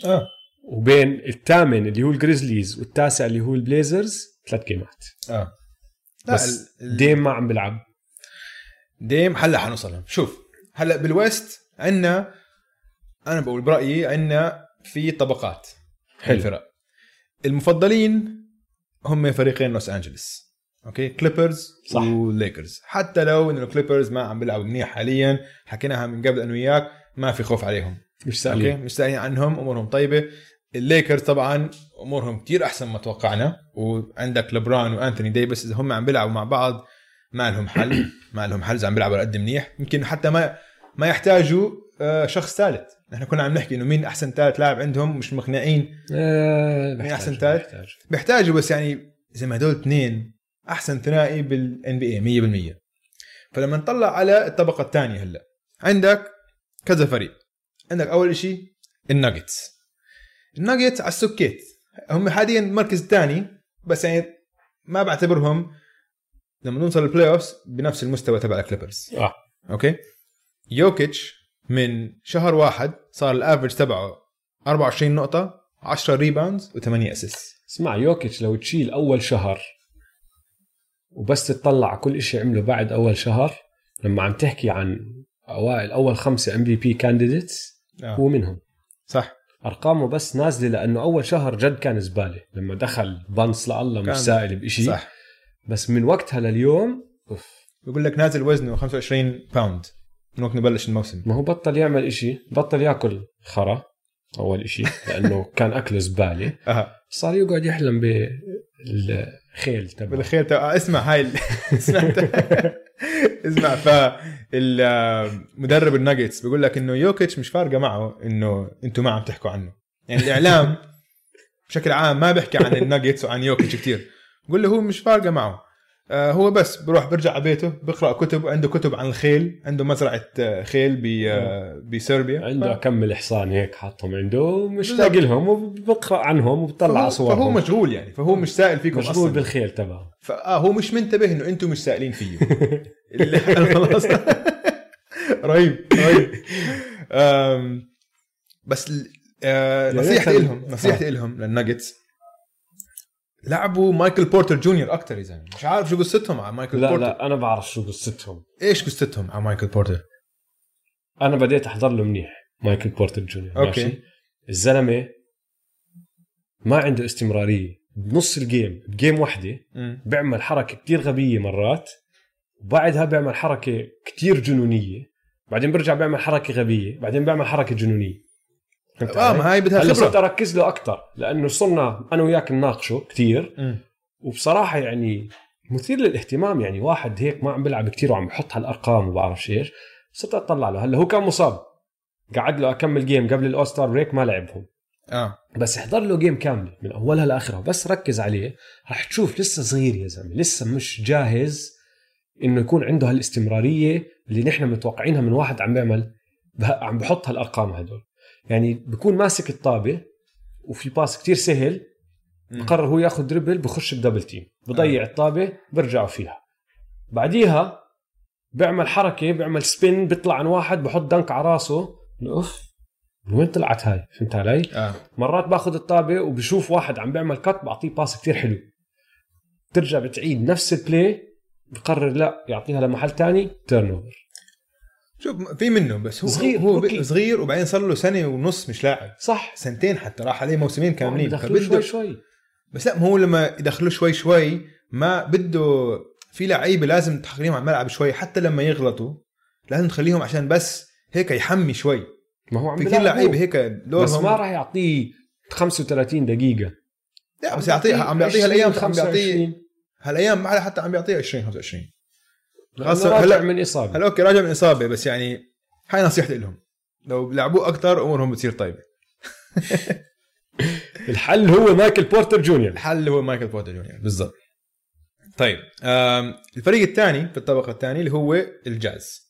[SPEAKER 1] آه.
[SPEAKER 2] اه
[SPEAKER 1] وبين الثامن اللي هو الجريزليز والتاسع اللي هو البليزرز ثلاث جيمات
[SPEAKER 2] اه لا
[SPEAKER 1] بس
[SPEAKER 2] ال- ال-
[SPEAKER 1] ديم ما عم بيلعب
[SPEAKER 2] ديم هلا حنوصل لهم شوف هلا بالويست عندنا انا بقول برايي عندنا في طبقات
[SPEAKER 1] حلو.
[SPEAKER 2] الفرق المفضلين هم فريقين لوس انجلس اوكي كليبرز
[SPEAKER 1] صح.
[SPEAKER 2] وليكرز حتى لو انه الكليبرز ما عم بيلعبوا منيح حاليا حكيناها من قبل انا وياك ما في خوف عليهم
[SPEAKER 1] مش
[SPEAKER 2] اوكي
[SPEAKER 1] سالي
[SPEAKER 2] مش سائلين عنهم امورهم طيبه الليكرز طبعا امورهم كتير احسن ما توقعنا وعندك لبران وانثوني ديفيس اذا هم عم بيلعبوا مع بعض ما لهم حل ما لهم حل اذا عم بيلعبوا على قد منيح يمكن حتى ما ما يحتاجوا آه، شخص ثالث نحن كنا عم نحكي انه مين احسن ثالث لاعب عندهم مش مقنعين
[SPEAKER 1] آه
[SPEAKER 2] مين
[SPEAKER 1] بحتاج-
[SPEAKER 2] أحسن تاج؟
[SPEAKER 1] بحتاج.
[SPEAKER 2] بيحتاجوا بس يعني زي ما هدول اثنين احسن ثنائي بالان بي اي 100% فلما نطلع على الطبقه الثانيه هلا عندك كذا فريق عندك اول شيء الناجتس الناجتس على السكيت هم حاليا المركز الثاني بس يعني ما بعتبرهم لما نوصل البلاي اوفز بنفس المستوى تبع الكليبرز
[SPEAKER 1] آه.
[SPEAKER 2] اوكي يوكيتش من شهر واحد صار الافرج تبعه 24 نقطه 10 ريباوندز و8 اسيست
[SPEAKER 1] اسمع يوكيتش لو تشيل اول شهر وبس تطلع على كل شيء عمله بعد اول شهر لما عم تحكي عن اوائل اول خمسه ام بي بي كانديديتس
[SPEAKER 2] آه.
[SPEAKER 1] هو منهم
[SPEAKER 2] صح
[SPEAKER 1] ارقامه بس نازله لانه اول شهر جد كان زباله لما دخل بانس لله مش
[SPEAKER 2] كان-
[SPEAKER 1] سائل بشيء
[SPEAKER 2] صح
[SPEAKER 1] بس من وقتها لليوم اوف
[SPEAKER 2] بيقول لك نازل وزنه 25 باوند من وقت نبلش الموسم
[SPEAKER 1] ما هو بطل يعمل إشي بطل ياكل خرا اول إشي لانه كان اكله زباله
[SPEAKER 2] اها
[SPEAKER 1] صار يقعد يحلم بالخيل تبعه
[SPEAKER 2] بالخير تبع اسمع هاي ال- سمعت اسمع ف آه، مدرب الناجتس بيقول لك انه يوكيتش مش فارقه معه انه انتم ما عم تحكوا عنه يعني الاعلام بشكل عام ما بيحكي عن الناجتس وعن يوكيتش كثير بقول له هو مش فارقه معه آه، هو بس بروح برجع على بيته بقرا كتب عنده كتب عن الخيل عنده مزرعه آه، خيل ب- آه، بسربيا
[SPEAKER 1] عنده كم الحصان هيك حاطهم عنده ومش
[SPEAKER 2] بالضبط.
[SPEAKER 1] لاقي لهم وبقرا عنهم وبطلع
[SPEAKER 2] فهو-
[SPEAKER 1] صورهم
[SPEAKER 2] فهو مشغول يعني فهو مش سائل فيكم
[SPEAKER 1] مشغول
[SPEAKER 2] اصلا
[SPEAKER 1] بالخيل تبعه
[SPEAKER 2] فاه هو مش منتبه انه انتم مش سائلين فيه اللي- خلاص رهيب رهيب أم، بس ال- آه،
[SPEAKER 1] يا آه.
[SPEAKER 2] نصيحتي
[SPEAKER 1] ريت-
[SPEAKER 2] لهم نصيحتي لهم للناجتس لعبوا مايكل بورتر جونيور اكثر يا زلمه مش عارف شو قصتهم على مايكل
[SPEAKER 1] لا
[SPEAKER 2] بورتر
[SPEAKER 1] لا انا بعرف شو قصتهم
[SPEAKER 2] ايش قصتهم على مايكل بورتر
[SPEAKER 1] انا بديت احضر له منيح مايكل بورتر جونيور
[SPEAKER 2] أوكي.
[SPEAKER 1] ماشي الزلمه ما عنده استمراريه بنص الجيم بجيم وحده بيعمل حركة كتير غبية مرات وبعدها بيعمل حركة كتير جنونية بعدين برجع بيعمل حركة غبية بعدين بيعمل حركة جنونية فهمت
[SPEAKER 2] اه
[SPEAKER 1] علي؟
[SPEAKER 2] ما هاي بدها
[SPEAKER 1] هلا صرت
[SPEAKER 2] خبره
[SPEAKER 1] اركز له اكثر لانه صرنا انا وياك نناقشه كثير
[SPEAKER 2] مم.
[SPEAKER 1] وبصراحه يعني مثير للاهتمام يعني واحد هيك ما عم بيلعب كثير وعم بحط هالارقام وبعرفش ايش صرت اطلع له هلا هو كان مصاب قعد له اكمل جيم قبل الاوستار بريك ما لعبهم
[SPEAKER 2] اه
[SPEAKER 1] بس احضر له جيم كامله من اولها لاخرها بس ركز عليه رح تشوف لسه صغير يا زلمه لسه مش جاهز انه يكون عنده هالاستمراريه اللي نحن متوقعينها من واحد عم بيعمل بها- عم بحط هالارقام هدول يعني بكون ماسك الطابه وفي باس كتير سهل
[SPEAKER 2] مم. آه.
[SPEAKER 1] قرر هو ياخذ دربل بخش بدبل تيم بضيع الطابه برجعوا فيها بعديها بيعمل حركه بيعمل سبين بيطلع عن واحد بحط دنك على راسه اوف من وين طلعت هاي فهمت علي؟
[SPEAKER 2] اه
[SPEAKER 1] مرات باخذ الطابه وبشوف واحد عم بيعمل كات بعطيه باس كثير حلو ترجع بتعيد نفس البلاي بقرر لا يعطيها لمحل تاني تيرن اوفر
[SPEAKER 2] شوف في منه بس هو
[SPEAKER 1] صغير،
[SPEAKER 2] صغير هو
[SPEAKER 1] روكي.
[SPEAKER 2] ب- صغير وبعدين صار له سنه ونص مش لاعب
[SPEAKER 1] صح
[SPEAKER 2] سنتين حتى راح عليه موسمين كاملين
[SPEAKER 1] دخلوا
[SPEAKER 2] فبده
[SPEAKER 1] شوي شوي
[SPEAKER 2] بس لا ما هو لما يدخلوه شوي شوي ما بده في لعيبه لازم تخليهم على الملعب شوي حتى لما يغلطوا لازم تخليهم عشان بس هيك يحمي شوي
[SPEAKER 1] ما هو عم
[SPEAKER 2] في كثير
[SPEAKER 1] بيلعب
[SPEAKER 2] لعيبه
[SPEAKER 1] هو.
[SPEAKER 2] هيك
[SPEAKER 1] بس
[SPEAKER 2] دورهم
[SPEAKER 1] ما راح يعطيه 35 دقيقه
[SPEAKER 2] لا بس يعطيها عم بيعطيها
[SPEAKER 1] 20
[SPEAKER 2] الايام عم
[SPEAKER 1] 25
[SPEAKER 2] بيعطيه هالايام ما حتى عم بيعطيها 20 25
[SPEAKER 1] لأنه
[SPEAKER 2] خاصة
[SPEAKER 1] راجع
[SPEAKER 2] هلا-
[SPEAKER 1] من اصابه
[SPEAKER 2] هلا اوكي راجع من اصابه بس يعني هاي نصيحتي لهم لو بيلعبوه اكثر امورهم بتصير طيبه
[SPEAKER 1] الحل هو مايكل بورتر جونيور
[SPEAKER 2] الحل هو مايكل بورتر جونيور بالضبط طيب آم، الفريق الثاني في الطبقه الثانيه اللي هو الجاز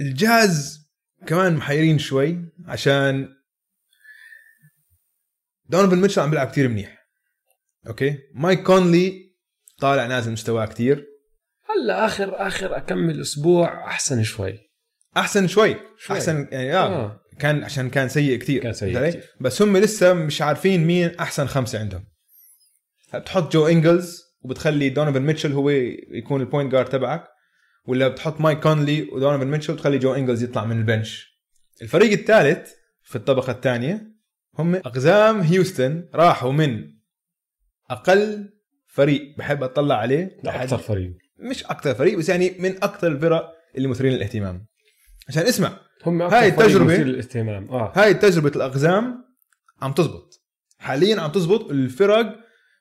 [SPEAKER 2] الجاز كمان محيرين شوي عشان دونوفن ميتشل عم بيلعب كثير منيح اوكي مايك كونلي طالع نازل مستواه كثير
[SPEAKER 1] هلا اخر اخر اكمل اسبوع احسن شوي
[SPEAKER 2] احسن شوي,
[SPEAKER 1] شوي.
[SPEAKER 2] شوي. احسن يعني آه.
[SPEAKER 1] آه.
[SPEAKER 2] كان عشان كان سيء كثير
[SPEAKER 1] كان سيء
[SPEAKER 2] فهمت علي؟
[SPEAKER 1] كتير.
[SPEAKER 2] بس هم لسه مش عارفين مين احسن خمسه عندهم بتحط جو انجلز وبتخلي دونوفن ميتشل هو يكون البوينت جارد تبعك ولا بتحط مايك كونلي ودونوفن ميتشل وتخلي جو انجلز يطلع من البنش الفريق الثالث في الطبقه الثانيه هم اقزام هيوستن راحوا من اقل فريق بحب اطلع عليه
[SPEAKER 1] لا اكثر فريق
[SPEAKER 2] مش اكثر فريق بس يعني من اكثر الفرق اللي مثيرين للاهتمام عشان اسمع
[SPEAKER 1] هم اكثر
[SPEAKER 2] هاي
[SPEAKER 1] فريق
[SPEAKER 2] التجربة.
[SPEAKER 1] مثير للاهتمام اه
[SPEAKER 2] هاي تجربه الاقزام عم تزبط حاليا عم تزبط الفرق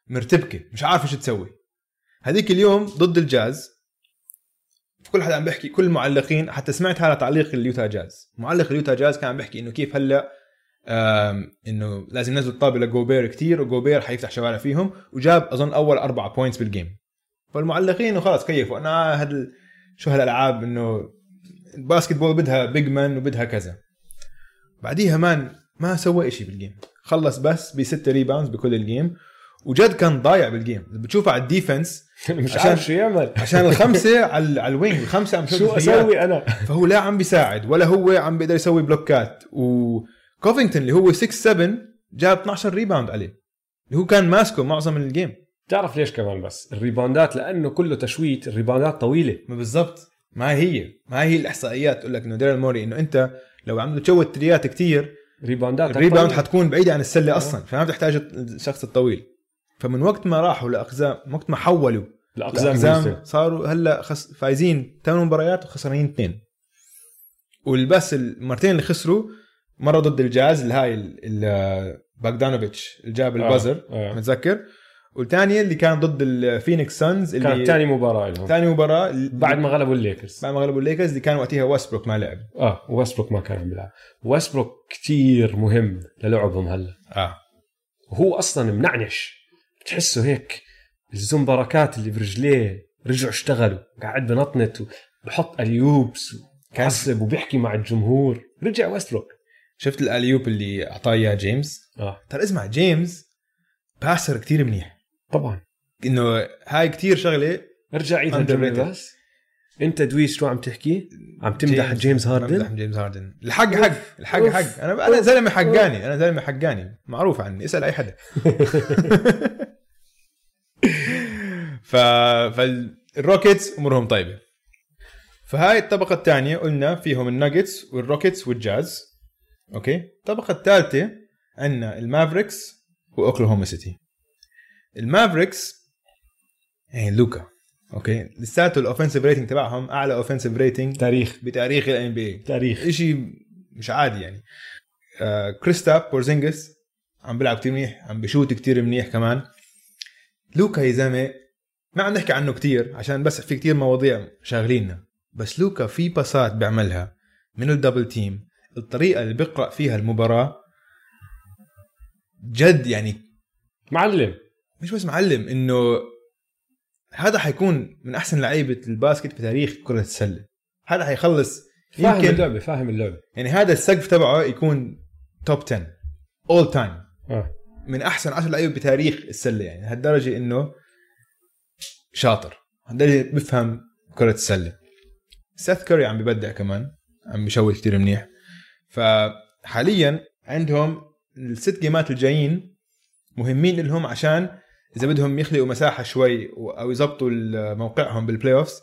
[SPEAKER 2] مرتبكه مش عارفه شو تسوي هذيك اليوم ضد الجاز كل حدا عم بيحكي كل المعلقين حتى سمعت هذا تعليق اليوتا جاز معلق اليوتا جاز كان عم بيحكي انه كيف هلا آم، انه لازم ينزلوا الطابه لجوبير كتير وجوبير حيفتح شوارع فيهم وجاب اظن اول اربع بوينتس بالجيم فالمعلقين انه خلص كيفوا انا هدل شو هالالعاب انه الباسكت بول بدها بيج مان وبدها كذا بعديها مان ما سوى إشي بالجيم خلص بس بست ريباوندز بكل الجيم وجد كان ضايع بالجيم بتشوفه على الديفنس
[SPEAKER 1] مش
[SPEAKER 2] عشان-
[SPEAKER 1] عارف شو يعمل
[SPEAKER 2] عشان الخمسه على على الوينج الخمسه عم
[SPEAKER 1] شو
[SPEAKER 2] يشوفوا فيها.
[SPEAKER 1] اسوي انا
[SPEAKER 2] فهو لا عم بيساعد ولا هو عم بيقدر يسوي بلوكات وكوفينغتون اللي هو 6 7 جاب 12 ريباوند عليه اللي هو كان ماسكه معظم الجيم
[SPEAKER 1] بتعرف ليش كمان بس الريباوندات لانه كله تشويت الريباوندات طويله
[SPEAKER 2] ما بالضبط ما هي ما هي الاحصائيات تقول لك انه ديرل موري انه انت لو عم بتشوت تريات كتير
[SPEAKER 1] ريباوندات
[SPEAKER 2] الريباوند
[SPEAKER 1] طويلة.
[SPEAKER 2] حتكون بعيده عن السله
[SPEAKER 1] آه.
[SPEAKER 2] اصلا فما بتحتاج الشخص الطويل فمن وقت ما راحوا لاقزام وقت ما حولوا
[SPEAKER 1] الاقزام
[SPEAKER 2] الاقزام
[SPEAKER 1] بوزة.
[SPEAKER 2] صاروا هلا خس... فايزين 8 مباريات وخسرانين اثنين والبس المرتين اللي خسروا مره ضد الجاز اللي هاي ال- ال- باغدانوفيتش اللي جاب البازر
[SPEAKER 1] آه. آه.
[SPEAKER 2] متذكر والثانيه اللي كان ضد الفينيكس سانز اللي
[SPEAKER 1] كانت ثاني مباراه لهم
[SPEAKER 2] ثاني مباراه اللي-
[SPEAKER 1] بعد ما غلبوا الليكرز
[SPEAKER 2] بعد ما غلبوا الليكرز اللي كان وقتها ويستبروك ما لعب
[SPEAKER 1] اه ويسبروك ما كان عم بيلعب ويسبروك كتير مهم للعبهم هلا
[SPEAKER 2] اه
[SPEAKER 1] وهو اصلا منعنش بتحسه هيك الزمبركات اللي برجليه رجعوا اشتغلوا قاعد بنطنت وبحط اليوبس وكعصب وبيحكي مع الجمهور رجع ويستروك
[SPEAKER 2] شفت الاليوب اللي اعطاه اياه جيمس
[SPEAKER 1] اه
[SPEAKER 2] ترى طيب، اسمع جيمس باسر كتير منيح
[SPEAKER 1] طبعا
[SPEAKER 2] انه هاي كتير شغله
[SPEAKER 1] ارجع عيد
[SPEAKER 2] Underrated.
[SPEAKER 1] الجمله بس انت دويس شو عم تحكي عم تمدح
[SPEAKER 2] جيمس-
[SPEAKER 1] جيمس هاردن
[SPEAKER 2] بمدح جيمس هاردن الحق حق الحق
[SPEAKER 1] أوف.
[SPEAKER 2] حق انا انا زلمه حقاني انا زلمه حقاني معروف عني اسال اي حدا ف فالروكيتس امورهم طيبه فهاي الطبقه الثانيه قلنا فيهم الناجتس والروكيتس والجاز اوكي الطبقه الثالثه عندنا المافريكس واوكلاهوما سيتي المافريكس يعني لوكا اوكي لساته الاوفنسيف ريتنج تبعهم اعلى اوفنسيف ريتنج
[SPEAKER 1] تاريخ
[SPEAKER 2] بتاريخ الان بي اي
[SPEAKER 1] تاريخ
[SPEAKER 2] شيء مش عادي يعني آه كريستاب بورزينجس عم بيلعب كتير منيح عم بشوت كتير منيح كمان لوكا يا زلمه ما عم نحكي عنه كتير عشان بس في كتير مواضيع شاغليننا بس لوكا في باسات بيعملها من الدبل تيم الطريقه اللي بيقرا فيها المباراه جد يعني
[SPEAKER 1] معلم
[SPEAKER 2] مش بس معلم انه هذا حيكون من احسن لعيبه الباسكت بتاريخ كره السله هذا حيخلص
[SPEAKER 1] فاهم
[SPEAKER 2] يمكن-
[SPEAKER 1] اللعبه فاهم اللعبه
[SPEAKER 2] يعني هذا السقف تبعه يكون توب 10 اول تايم
[SPEAKER 1] اه
[SPEAKER 2] من احسن 10 لعيبه بتاريخ السله يعني لهالدرجه انه شاطر لهالدرجه بفهم كره السله سيث كوري عم ببدع كمان عم بشوي كتير منيح فحاليا عندهم الست جيمات الجايين مهمين لهم عشان اذا بدهم يخلقوا مساحه شوي و- او يظبطوا ال- موقعهم بالبلاي اوفز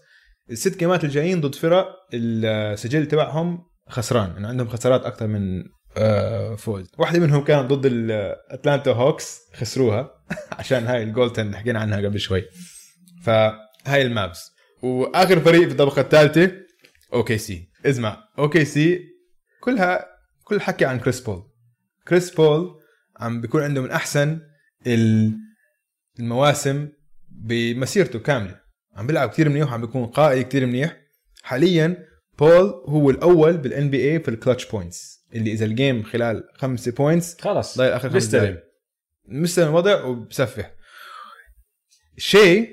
[SPEAKER 2] الست جيمات الجايين ضد فرق السجل تبعهم خسران انه عندهم خسارات اكثر من آه، فوز واحده منهم كانت ضد الاتلانتا هوكس خسروها عشان هاي الجولتن اللي حكينا عنها قبل شوي فهاي المابس واخر فريق في الطبقه الثالثه اوكي سي اسمع اوكي سي كلها كل حكي عن كريس بول كريس بول عم بيكون عنده من احسن ال- المواسم بمسيرته كامله عم بيلعب كتير منيح وعم بيكون قائد كتير منيح حاليا بول هو الاول بالان بي اي في الكلتش بوينتس اللي اذا الجيم خلال خمسة بوينتس
[SPEAKER 1] خلص
[SPEAKER 2] ضايل اخر خمسة دقايق
[SPEAKER 1] بيستلم
[SPEAKER 2] مستلم الوضع وبسفح شيء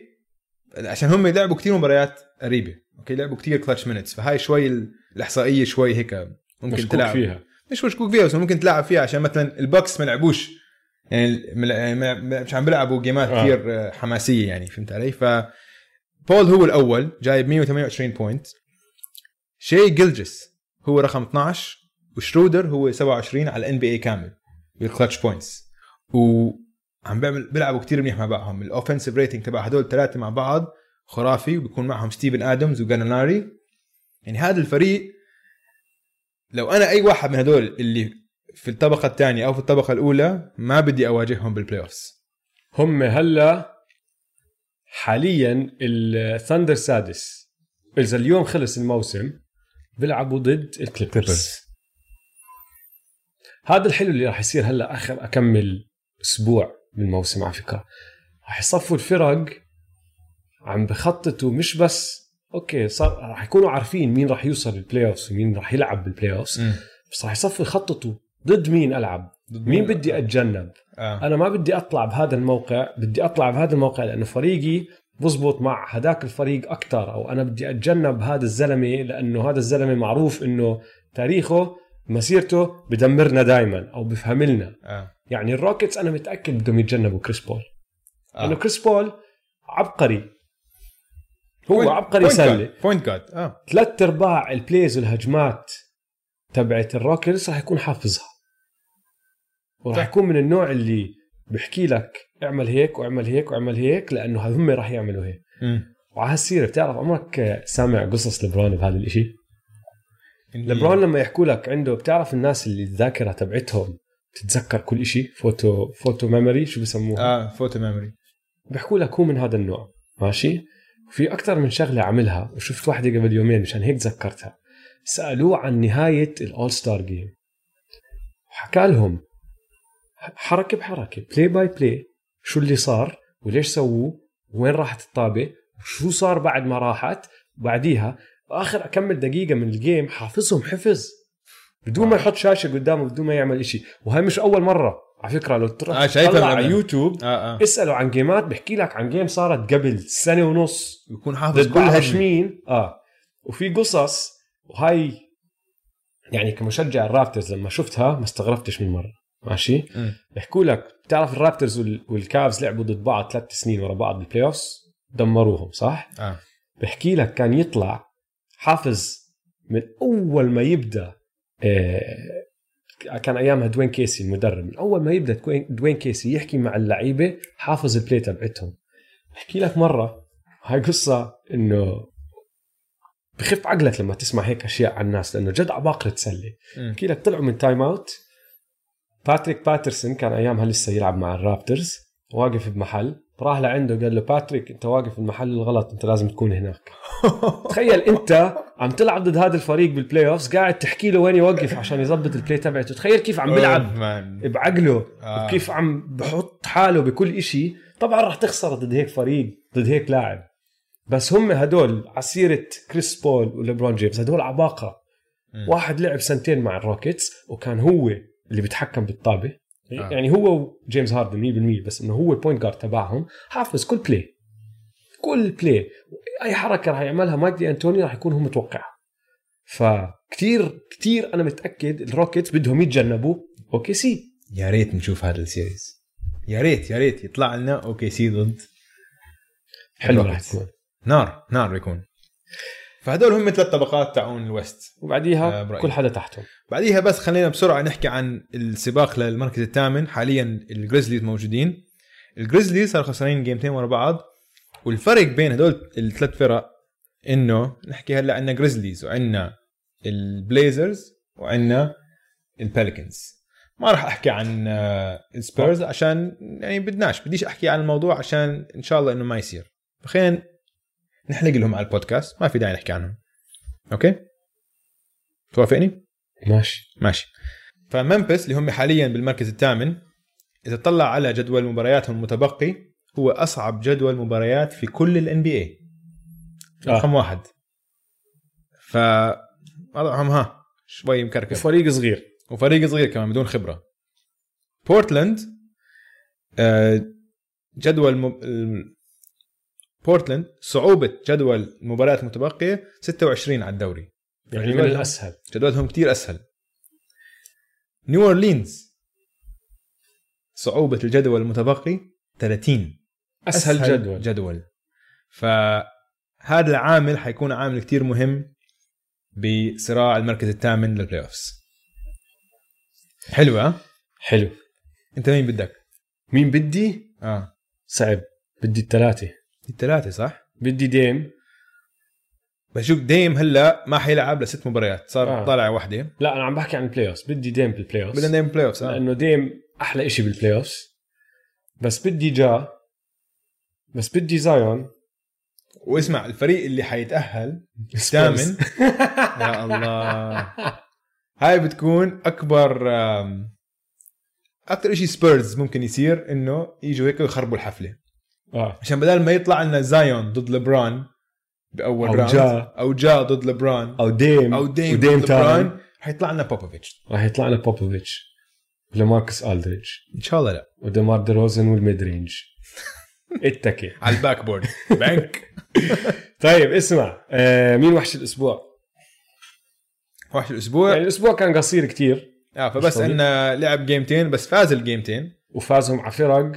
[SPEAKER 2] عشان هم لعبوا كثير مباريات قريبه اوكي لعبوا كثير كلتش مينتس فهاي شوي ال- الاحصائيه شوي هيك ممكن
[SPEAKER 1] مشكوك
[SPEAKER 2] تلعب
[SPEAKER 1] فيها
[SPEAKER 2] مش مشكوك فيها بس ممكن تلعب فيها عشان مثلا البوكس ما لعبوش يعني ال- ما- يعني ما- ما- مش عم بيلعبوا جيمات
[SPEAKER 1] آه.
[SPEAKER 2] كثير آه. حماسيه يعني فهمت علي ف بول هو الاول جايب 128 بوينت شي جلجس هو رقم 12 وشرودر هو 27 على الان بي اي كامل بالكلتش بوينتس وعم بيعمل بيلعبوا كثير منيح مع بعضهم الاوفنسيف ريتنج تبع هدول الثلاثه مع بعض خرافي وبيكون معهم ستيفن ادمز وجاناناري يعني هذا الفريق لو انا اي واحد من هدول اللي في الطبقه الثانيه او في الطبقه الاولى ما بدي اواجههم بالبلاي اوفز
[SPEAKER 1] هم هلا حاليا الثاندر سادس اذا اليوم خلص الموسم بيلعبوا ضد الكليبرز
[SPEAKER 2] Clippers.
[SPEAKER 1] هذا الحلو اللي راح يصير هلا اخر اكمل اسبوع من الموسم على فكره راح يصفوا الفرق عم بخططوا مش بس اوكي صار راح يكونوا عارفين مين راح يوصل البلاي اوف ومين راح يلعب بالبلاي اوف
[SPEAKER 2] مم.
[SPEAKER 1] بس راح يصفوا يخططوا ضد مين العب مين بدي اتجنب
[SPEAKER 2] آه.
[SPEAKER 1] انا ما بدي اطلع بهذا الموقع بدي اطلع بهذا الموقع لانه فريقي بزبط مع هداك الفريق اكثر او انا بدي اتجنب هذا الزلمه لانه هذا الزلمه معروف انه تاريخه مسيرته بدمرنا دائما او بفهملنا
[SPEAKER 2] آه.
[SPEAKER 1] يعني الروكيتس انا متاكد بدهم يتجنبوا كريس بول آه. لانه
[SPEAKER 2] آه.
[SPEAKER 1] كريس بول عبقري هو
[SPEAKER 2] Point-
[SPEAKER 1] عبقري
[SPEAKER 2] point
[SPEAKER 1] سله
[SPEAKER 2] guard. point guard. اه
[SPEAKER 1] ثلاث ارباع البليز والهجمات تبعت الروكيتس رح يكون حافظها ورح
[SPEAKER 2] صح.
[SPEAKER 1] يكون من النوع اللي بحكي لك اعمل هيك واعمل هيك واعمل هيك لانه هم رح يعملوا هيك
[SPEAKER 2] مم.
[SPEAKER 1] وعلى هالسيره بتعرف عمرك سامع قصص لبرون بهذا الاشي لبرون لما يحكوا لك عنده بتعرف الناس اللي الذاكره تبعتهم تتذكر كل إشي فوتو فوتو ميموري شو بسموها
[SPEAKER 2] اه فوتو ميموري
[SPEAKER 1] بيحكوا لك هو من هذا النوع ماشي في اكثر من شغله عملها وشفت واحده قبل يومين مشان هيك تذكرتها سالوه عن نهايه الاول ستار جيم وحكى لهم حركه بحركه بلاي باي بلاي شو اللي صار وليش سووه وين راحت الطابه وشو صار بعد ما راحت بعديها اخر اكمل دقيقه من الجيم حافظهم حفظ بدون ما يحط شاشه قدامه بدون ما يعمل إشي وهي مش اول مره على فكره لو
[SPEAKER 2] آه،
[SPEAKER 1] تروح
[SPEAKER 2] شايفها
[SPEAKER 1] تطلع
[SPEAKER 2] من
[SPEAKER 1] على
[SPEAKER 2] قبل.
[SPEAKER 1] يوتيوب
[SPEAKER 2] اه اه
[SPEAKER 1] اساله عن جيمات بحكي لك عن جيم صارت قبل سنه ونص
[SPEAKER 2] بيكون حافظ
[SPEAKER 1] ضد
[SPEAKER 2] كل
[SPEAKER 1] بعض
[SPEAKER 2] هجمه
[SPEAKER 1] هاشمين اه وفي قصص وهاي يعني كمشجع الرابترز لما شفتها ما استغربتش من مره ماشي
[SPEAKER 2] مم.
[SPEAKER 1] بحكوا لك بتعرف الرابترز وال- والكافز لعبوا ضد بعض ثلاث سنين ورا بعض بالبلاي اوفز دمروهم صح
[SPEAKER 2] اه
[SPEAKER 1] بحكي لك كان يطلع حافظ من اول ما يبدا آه، كان ايامها دوين كيسي المدرب من اول ما يبدا دوين- دوين كيسي يحكي مع اللعيبه حافظ البلاي تبعتهم بحكي لك مره هاي قصه انه بخف عقلك لما تسمع هيك اشياء عن الناس لانه جد عباقره سله
[SPEAKER 2] مم.
[SPEAKER 1] بحكي لك طلعوا من تايم اوت باتريك باترسون كان ايامها لسه يلعب مع الرابترز واقف بمحل راح لعنده قال له باتريك انت واقف بالمحل الغلط انت لازم تكون هناك تخيل انت عم تلعب ضد هذا الفريق بالبلاي اوفز قاعد تحكي له وين يوقف عشان يظبط البلاي تبعته تخيل كيف عم بيلعب
[SPEAKER 2] أوه، مان.
[SPEAKER 1] بعقله
[SPEAKER 2] Oh آه.
[SPEAKER 1] وكيف عم بحط حاله بكل إشي طبعا راح تخسر ضد هيك فريق ضد هيك لاعب بس هم هدول عسيرة كريس بول وليبرون جيمس هدول عباقرة
[SPEAKER 2] مم.
[SPEAKER 1] واحد لعب سنتين مع الروكيتس وكان هو اللي بيتحكم بالطابه
[SPEAKER 2] آه.
[SPEAKER 1] يعني هو جيمس هاردن 100% بس انه هو البوينت جارد تبعهم حافظ كل بلاي كل بلاي اي حركه راح يعملها مايك دي انتوني راح يكون هو متوقعها فكتير كتير انا متاكد الروكيتس بدهم يتجنبوا اوكي سي
[SPEAKER 2] يا ريت نشوف هذا السيريز يا ريت يا ريت يطلع لنا اوكي سي ضد
[SPEAKER 1] حلو راح
[SPEAKER 2] الروكيتس.
[SPEAKER 1] تكون
[SPEAKER 2] نار نار بيكون فهدول هم ثلاث طبقات تعون الويست آه،
[SPEAKER 1] وبعديها
[SPEAKER 2] برأيي.
[SPEAKER 1] كل حدا تحتهم
[SPEAKER 2] بعديها بس خلينا بسرعه نحكي عن السباق للمركز الثامن حاليا الجريزليز موجودين الجريزليز صاروا خسرانين جيمتين ورا بعض والفرق بين هدول الثلاث فرق انه نحكي هلا عندنا جريزليز وعندنا البليزرز وعندنا الباليكنز ما راح احكي عن السبيرز عشان يعني بدناش بديش احكي عن الموضوع عشان ان شاء الله انه ما يصير فخلينا نحلق لهم على البودكاست ما في داعي نحكي عنهم اوكي توافقني؟
[SPEAKER 1] ماشي
[SPEAKER 2] ماشي فممفيس اللي هم حاليا بالمركز الثامن اذا تطلع على جدول مبارياتهم المتبقي هو اصعب جدول مباريات في كل الان بي اي
[SPEAKER 1] آه.
[SPEAKER 2] رقم واحد ف وضعهم ها شوي مكركب
[SPEAKER 1] فريق صغير
[SPEAKER 2] وفريق صغير كمان بدون خبره بورتلاند آه، جدول م... ال- بورتلاند صعوبه جدول المباريات المتبقيه 26 على الدوري
[SPEAKER 1] يعني من الاسهل
[SPEAKER 2] جدولهم كتير اسهل نيو اورلينز صعوبة الجدول المتبقي 30
[SPEAKER 1] اسهل, أسهل جدول
[SPEAKER 2] جدول فهذا العامل حيكون عامل كتير مهم بصراع المركز الثامن للبلاي اوفس حلوة ها؟
[SPEAKER 1] حلو
[SPEAKER 2] انت مين بدك؟
[SPEAKER 1] مين بدي
[SPEAKER 2] اه
[SPEAKER 1] صعب بدي الثلاثه
[SPEAKER 2] الثلاثة صح؟
[SPEAKER 1] بدي ديم
[SPEAKER 2] بس شوف ديم هلا ما حيلعب لست مباريات صار
[SPEAKER 1] آه.
[SPEAKER 2] آه. طالع واحدة
[SPEAKER 1] لا انا عم بحكي عن البلاي اوف بدي ديم بالبلاي اوف
[SPEAKER 2] بدنا ديم بلاي اوفس آه.
[SPEAKER 1] لانه ديم احلى إشي بالبلاي اوف بس بدي جا بس بدي زايون
[SPEAKER 2] واسمع الفريق اللي حيتاهل الثامن يا الله هاي بتكون اكبر آم، اكثر شيء سبيرز ممكن يصير انه يجوا هيك ويخربوا الحفله
[SPEAKER 1] اه
[SPEAKER 2] عشان بدل ما يطلع لنا زايون ضد لبران باول
[SPEAKER 1] أو
[SPEAKER 2] راوند
[SPEAKER 1] جا.
[SPEAKER 2] او جا ضد لبران
[SPEAKER 1] او ديم
[SPEAKER 2] او ديم
[SPEAKER 1] وديم
[SPEAKER 2] ضد
[SPEAKER 1] تاني.
[SPEAKER 2] لبران حيطلع لنا بوبوفيتش
[SPEAKER 1] راح يطلع لنا بوبوفيتش لماركس الدريدج
[SPEAKER 2] ان شاء الله لا
[SPEAKER 1] ودمار دروزن والميد رينج اتكي
[SPEAKER 2] على الباك بورد بنك
[SPEAKER 1] طيب اسمع آه مين وحش الاسبوع؟
[SPEAKER 2] وحش
[SPEAKER 1] يعني
[SPEAKER 2] الاسبوع
[SPEAKER 1] الاسبوع كان قصير كتير
[SPEAKER 2] اه فبس
[SPEAKER 1] مش طبيعي.
[SPEAKER 2] انه لعب جيمتين بس فاز الجيمتين
[SPEAKER 1] وفازهم على فرق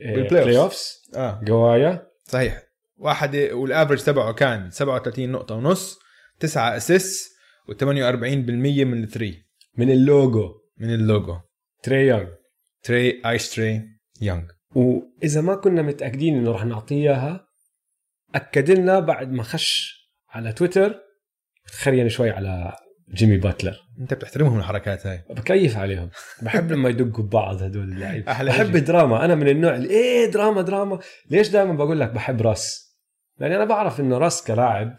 [SPEAKER 2] بالبلاي
[SPEAKER 1] بلاي اوفس
[SPEAKER 2] اه
[SPEAKER 1] قوايا
[SPEAKER 2] صحيح واحد والافرج تبعه كان 37 نقطة ونص 9 اسيس و48% من الثري
[SPEAKER 1] من اللوجو
[SPEAKER 2] من اللوجو
[SPEAKER 1] تري يونغ
[SPEAKER 2] تري ايس تري يونغ
[SPEAKER 1] واذا ما كنا متاكدين انه رح نعطيه اياها اكد لنا بعد ما خش على تويتر تخرين شوي على جيمي باتلر
[SPEAKER 2] انت بتحترمهم الحركات هاي
[SPEAKER 1] بكيف عليهم بحب لما يدقوا ببعض هدول اللعيبه
[SPEAKER 2] أحلى
[SPEAKER 1] بحب
[SPEAKER 2] شيء.
[SPEAKER 1] الدراما انا من النوع اللي ايه دراما دراما ليش دائما بقول لك بحب راس لاني انا بعرف انه راس كلاعب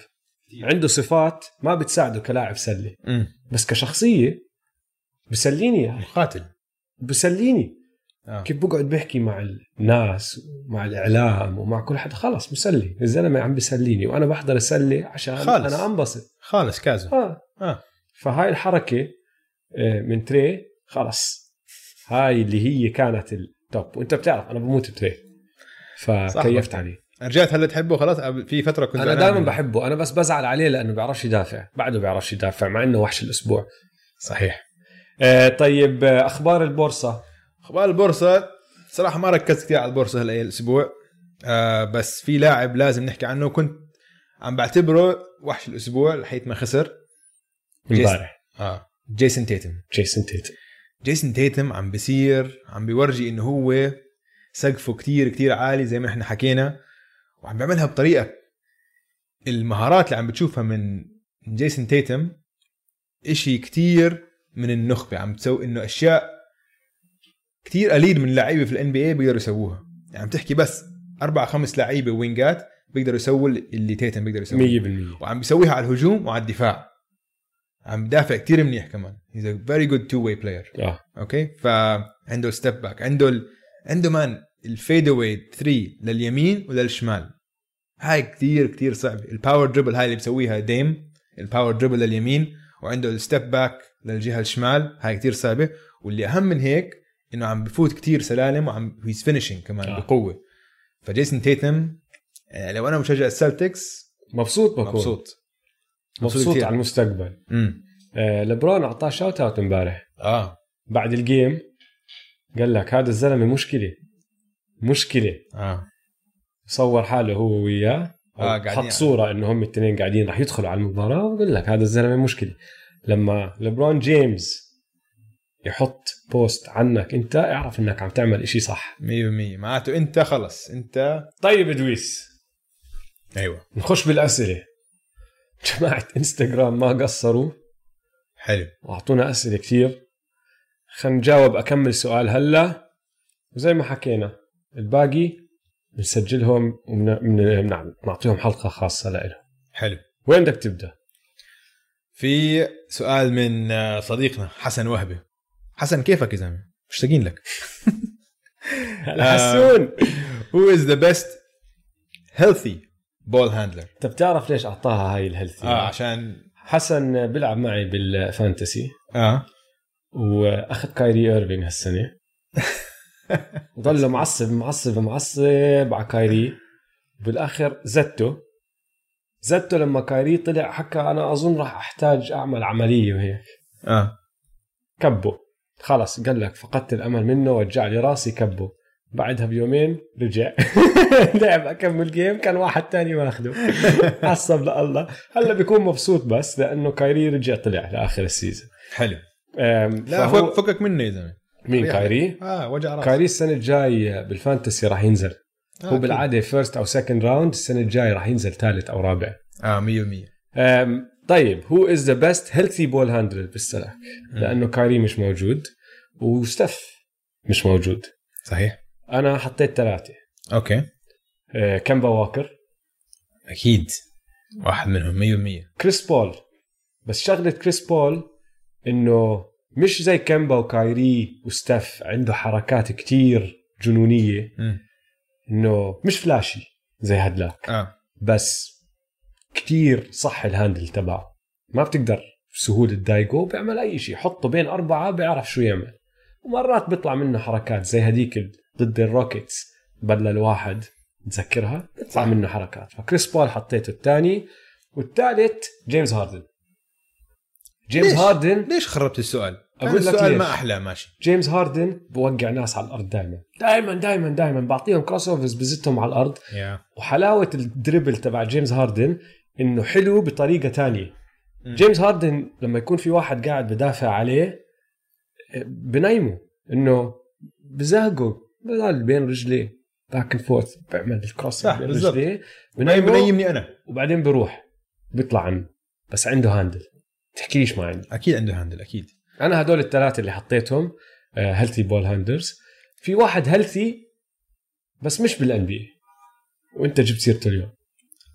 [SPEAKER 1] عنده صفات ما بتساعده كلاعب سله
[SPEAKER 2] امم
[SPEAKER 1] بس كشخصيه بسليني يا أخي.
[SPEAKER 2] مقاتل
[SPEAKER 1] بسليني
[SPEAKER 2] آه.
[SPEAKER 1] كيف بقعد بحكي مع الناس ومع الاعلام ومع كل حد خلص مسلي الزلمه عم بسليني وانا بحضر السله عشان
[SPEAKER 2] خالص.
[SPEAKER 1] انا انبسط
[SPEAKER 2] خالص كازو
[SPEAKER 1] اه
[SPEAKER 2] اه
[SPEAKER 1] فهاي الحركه آه، من تري خلص هاي اللي هي كانت التوب وانت بتعرف انا بموت بتري فكيفت
[SPEAKER 2] صح.
[SPEAKER 1] عليه
[SPEAKER 2] رجعت هلا تحبه خلاص قبل- في فترة كنت يعني.
[SPEAKER 1] انا
[SPEAKER 2] زعلان
[SPEAKER 1] دائما
[SPEAKER 2] منه.
[SPEAKER 1] بحبه انا بس بزعل عليه لانه بيعرفش يدافع بعده بيعرفش يدافع مع انه وحش الاسبوع
[SPEAKER 2] صحيح
[SPEAKER 1] آه، طيب آه، اخبار البورصه
[SPEAKER 2] اخبار البورصة صراحة ما ركزت كثير على البورصة هلا الاسبوع آه بس في لاعب لازم نحكي عنه كنت عم بعتبره وحش الاسبوع لحيث ما خسر جيس-
[SPEAKER 1] امبارح
[SPEAKER 2] اه جيسون تيتم
[SPEAKER 1] جيسون تيت
[SPEAKER 2] جيسون تيتم عم بيصير عم بيورجي انه هو سقفه كتير كتير عالي زي ما احنا حكينا وعم بيعملها بطريقه المهارات اللي عم بتشوفها من جيسون تيتم اشي كتير من النخبه عم تسوي انه اشياء كتير قليل من اللعيبه في الان بي اي بيقدروا يسووها يعني عم تحكي بس اربع خمس لعيبه وينجات بيقدروا يسووا اللي تيتم بيقدر يسويه
[SPEAKER 1] 100%
[SPEAKER 2] وعم بيسويها على الهجوم وعلى الدفاع عم دافع كتير منيح كمان he's a very good two way player
[SPEAKER 1] اه
[SPEAKER 2] اوكي فعنده ستيب باك عنده ال... عنده مان الفيد اواي 3 لليمين وللشمال هاي كتير كتير صعبه الباور دربل هاي اللي بسويها ديم الباور دربل لليمين وعنده الستيب باك للجهه الشمال هاي كتير صعبه واللي اهم من هيك انه عم بفوت كتير سلالم وعم هيز فينيشنج كمان
[SPEAKER 1] آه.
[SPEAKER 2] آه. بقوه فجيسون تيتم آه، لو انا مشجع السلتكس
[SPEAKER 1] مبسوط بكون مبسوط
[SPEAKER 2] مبسوط
[SPEAKER 1] مبسوط
[SPEAKER 2] كتير.
[SPEAKER 1] على المستقبل
[SPEAKER 2] امم
[SPEAKER 1] آه لبرون اعطاه شوت اوت امبارح
[SPEAKER 2] اه
[SPEAKER 1] بعد الجيم قال لك هذا الزلمه مشكله مشكله
[SPEAKER 2] اه
[SPEAKER 1] صور حاله هو وياه أو
[SPEAKER 2] آه، قاعدين
[SPEAKER 1] حط صوره انه هم الاثنين قاعدين راح يدخلوا على المباراه وقال لك هذا الزلمه مشكله لما لبرون جيمس يحط بوست عنك انت اعرف انك عم تعمل إشي صح
[SPEAKER 2] 100% معناته انت خلص انت
[SPEAKER 1] طيب ادويس
[SPEAKER 2] ايوه
[SPEAKER 1] نخش بالاسئله جماعه انستغرام ما قصروا
[SPEAKER 2] حلو
[SPEAKER 1] واعطونا اسئله كثير خلينا نجاوب اكمل سؤال هلا وزي ما حكينا الباقي بنسجلهم نعم، وبنعطيهم حلقه خاصه لإلهم
[SPEAKER 2] حلو
[SPEAKER 1] وين بدك تبدا؟
[SPEAKER 2] في سؤال من آه، صديقنا حسن وهبي حسن كيفك يا زلمه مشتاقين لك
[SPEAKER 1] هلا حسون
[SPEAKER 2] هو از ذا بيست هيلثي بول هاندلر
[SPEAKER 1] انت بتعرف ليش اعطاها هاي الهيلثي
[SPEAKER 2] اه عشان
[SPEAKER 1] حسن بيلعب معي بالفانتسي
[SPEAKER 2] اه
[SPEAKER 1] واخذ كايري ايرفينج هالسنه ضله معصب معصب معصب على كايري بالاخر زته زته لما كايري طلع حكى انا اظن راح احتاج اعمل عمليه وهيك
[SPEAKER 2] اه
[SPEAKER 1] كبه خلص قال لك فقدت الامل منه وجع لي راسي كبه بعدها بيومين رجع لعب اكمل جيم كان واحد تاني ماخده عصب لله هلا بيكون مبسوط بس لانه كايري رجع طلع لاخر السيزون
[SPEAKER 2] حلو
[SPEAKER 1] أم،
[SPEAKER 2] لا
[SPEAKER 1] فهو-
[SPEAKER 2] فك فكك منه يا زلمه
[SPEAKER 1] مين كايري؟
[SPEAKER 2] اه وجع راس
[SPEAKER 1] كايري السنه الجاي بالفانتسي راح ينزل
[SPEAKER 2] آه
[SPEAKER 1] هو
[SPEAKER 2] أكيد.
[SPEAKER 1] بالعاده فيرست او سكند راوند السنه الجاي راح ينزل ثالث او رابع
[SPEAKER 2] اه 100%
[SPEAKER 1] أم، طيب هو از ذا بيست هيلثي بول هاندلر بالسلك لانه كايري مش موجود وستف مش موجود
[SPEAKER 2] صحيح
[SPEAKER 1] انا حطيت ثلاثه
[SPEAKER 2] اوكي
[SPEAKER 1] آه، كمبا واكر
[SPEAKER 2] اكيد واحد منهم 100%
[SPEAKER 1] كريس بول بس شغله كريس بول انه مش زي كمبا وكايري وستاف عنده حركات كتير جنونيه
[SPEAKER 2] مم.
[SPEAKER 1] انه مش فلاشي زي هدلاك
[SPEAKER 2] اه
[SPEAKER 1] بس كتير صح الهاندل تبعه ما بتقدر بسهوله تضايقه بيعمل اي شيء حطه بين اربعه بيعرف شو يعمل ومرات بيطلع منه حركات زي هديك ال- ضد الروكيتس بدل واحد تذكرها بيطلع منه حركات فكريس بول حطيته الثاني والثالث جيمس هاردن جيمس
[SPEAKER 2] ليش؟
[SPEAKER 1] هاردن
[SPEAKER 2] ليش خربت السؤال؟
[SPEAKER 1] أقول
[SPEAKER 2] أقول
[SPEAKER 1] لك
[SPEAKER 2] السؤال
[SPEAKER 1] ليش.
[SPEAKER 2] ما احلى ماشي
[SPEAKER 1] جيمس هاردن بوقع ناس على الارض دائما دائما دائما دائما بعطيهم كروس اوفرز بزتهم على الارض
[SPEAKER 2] يا
[SPEAKER 1] وحلاوه الدريبل تبع جيمس هاردن انه حلو بطريقه تانية
[SPEAKER 2] مم.
[SPEAKER 1] جيمس هاردن لما يكون في واحد قاعد بدافع عليه بنيمه انه بزهقه بضل بين رجليه باك اند فورث بيعمل الكروس
[SPEAKER 2] صح،
[SPEAKER 1] بين
[SPEAKER 2] بالضبط.
[SPEAKER 1] رجليه
[SPEAKER 2] نايم
[SPEAKER 1] بنيمه
[SPEAKER 2] بنيمني انا
[SPEAKER 1] وبعدين بروح بيطلع عنه بس عنده هاندل تحكيليش ما عنده
[SPEAKER 2] اكيد عنده هاندل اكيد
[SPEAKER 1] انا هدول الثلاثه اللي حطيتهم آه، هيلثي بول هاندرز في واحد هيلثي بس مش بالان بي وانت جبت سيرته اليوم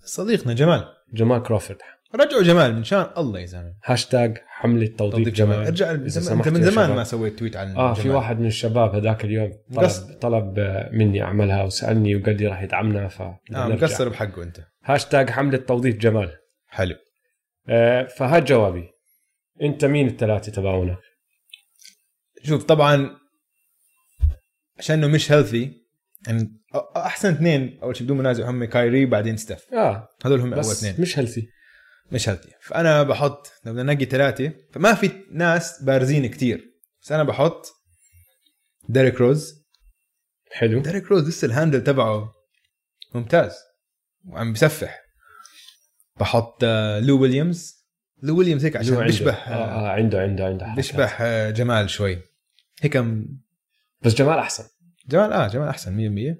[SPEAKER 2] صديقنا جمال
[SPEAKER 1] جمال كروفورد
[SPEAKER 2] رجعوا جمال من شان الله يا زلمه
[SPEAKER 1] هاشتاج حمله توظيف
[SPEAKER 2] توظيف آه،
[SPEAKER 1] جمال,
[SPEAKER 2] جمال ارجع
[SPEAKER 1] إذا
[SPEAKER 2] زم-
[SPEAKER 1] سمحت
[SPEAKER 2] انت من
[SPEAKER 1] يا
[SPEAKER 2] زمان
[SPEAKER 1] شباب.
[SPEAKER 2] ما سويت تويت عن
[SPEAKER 1] اه في
[SPEAKER 2] جمال.
[SPEAKER 1] واحد من الشباب هذاك اليوم طلب
[SPEAKER 2] مقصر.
[SPEAKER 1] طلب آه، مني اعملها وسالني وقال لي راح يدعمنا ف
[SPEAKER 2] اه
[SPEAKER 1] نرجع.
[SPEAKER 2] مقصر بحقه انت
[SPEAKER 1] هاشتاج حمله توظيف جمال
[SPEAKER 2] حلو
[SPEAKER 1] آه فهاد جوابي انت مين الثلاثه تبعونا
[SPEAKER 2] شوف طبعا عشان انه مش هيلثي يعني أ- احسن اثنين اول شيء بدون منازع هم كايري بعدين ستيف
[SPEAKER 1] اه
[SPEAKER 2] هذول هم اول
[SPEAKER 1] بس
[SPEAKER 2] اثنين
[SPEAKER 1] مش هيلثي
[SPEAKER 2] مش هيلثي فانا بحط لو بدنا ننقي ثلاثه فما في ناس بارزين كتير بس انا بحط ديريك روز
[SPEAKER 1] حلو
[SPEAKER 2] ديريك روز لسه الهاندل تبعه ممتاز وعم بسفح بحط آه، لو ويليامز لو ويليامز هيك
[SPEAKER 1] شو
[SPEAKER 2] عشان
[SPEAKER 1] عنده؟
[SPEAKER 2] بيشبه
[SPEAKER 1] آه, اه عنده عنده عنده حركات.
[SPEAKER 2] بيشبه آه، جمال شوي هيك م-
[SPEAKER 1] بس جمال احسن
[SPEAKER 2] جمال اه جمال احسن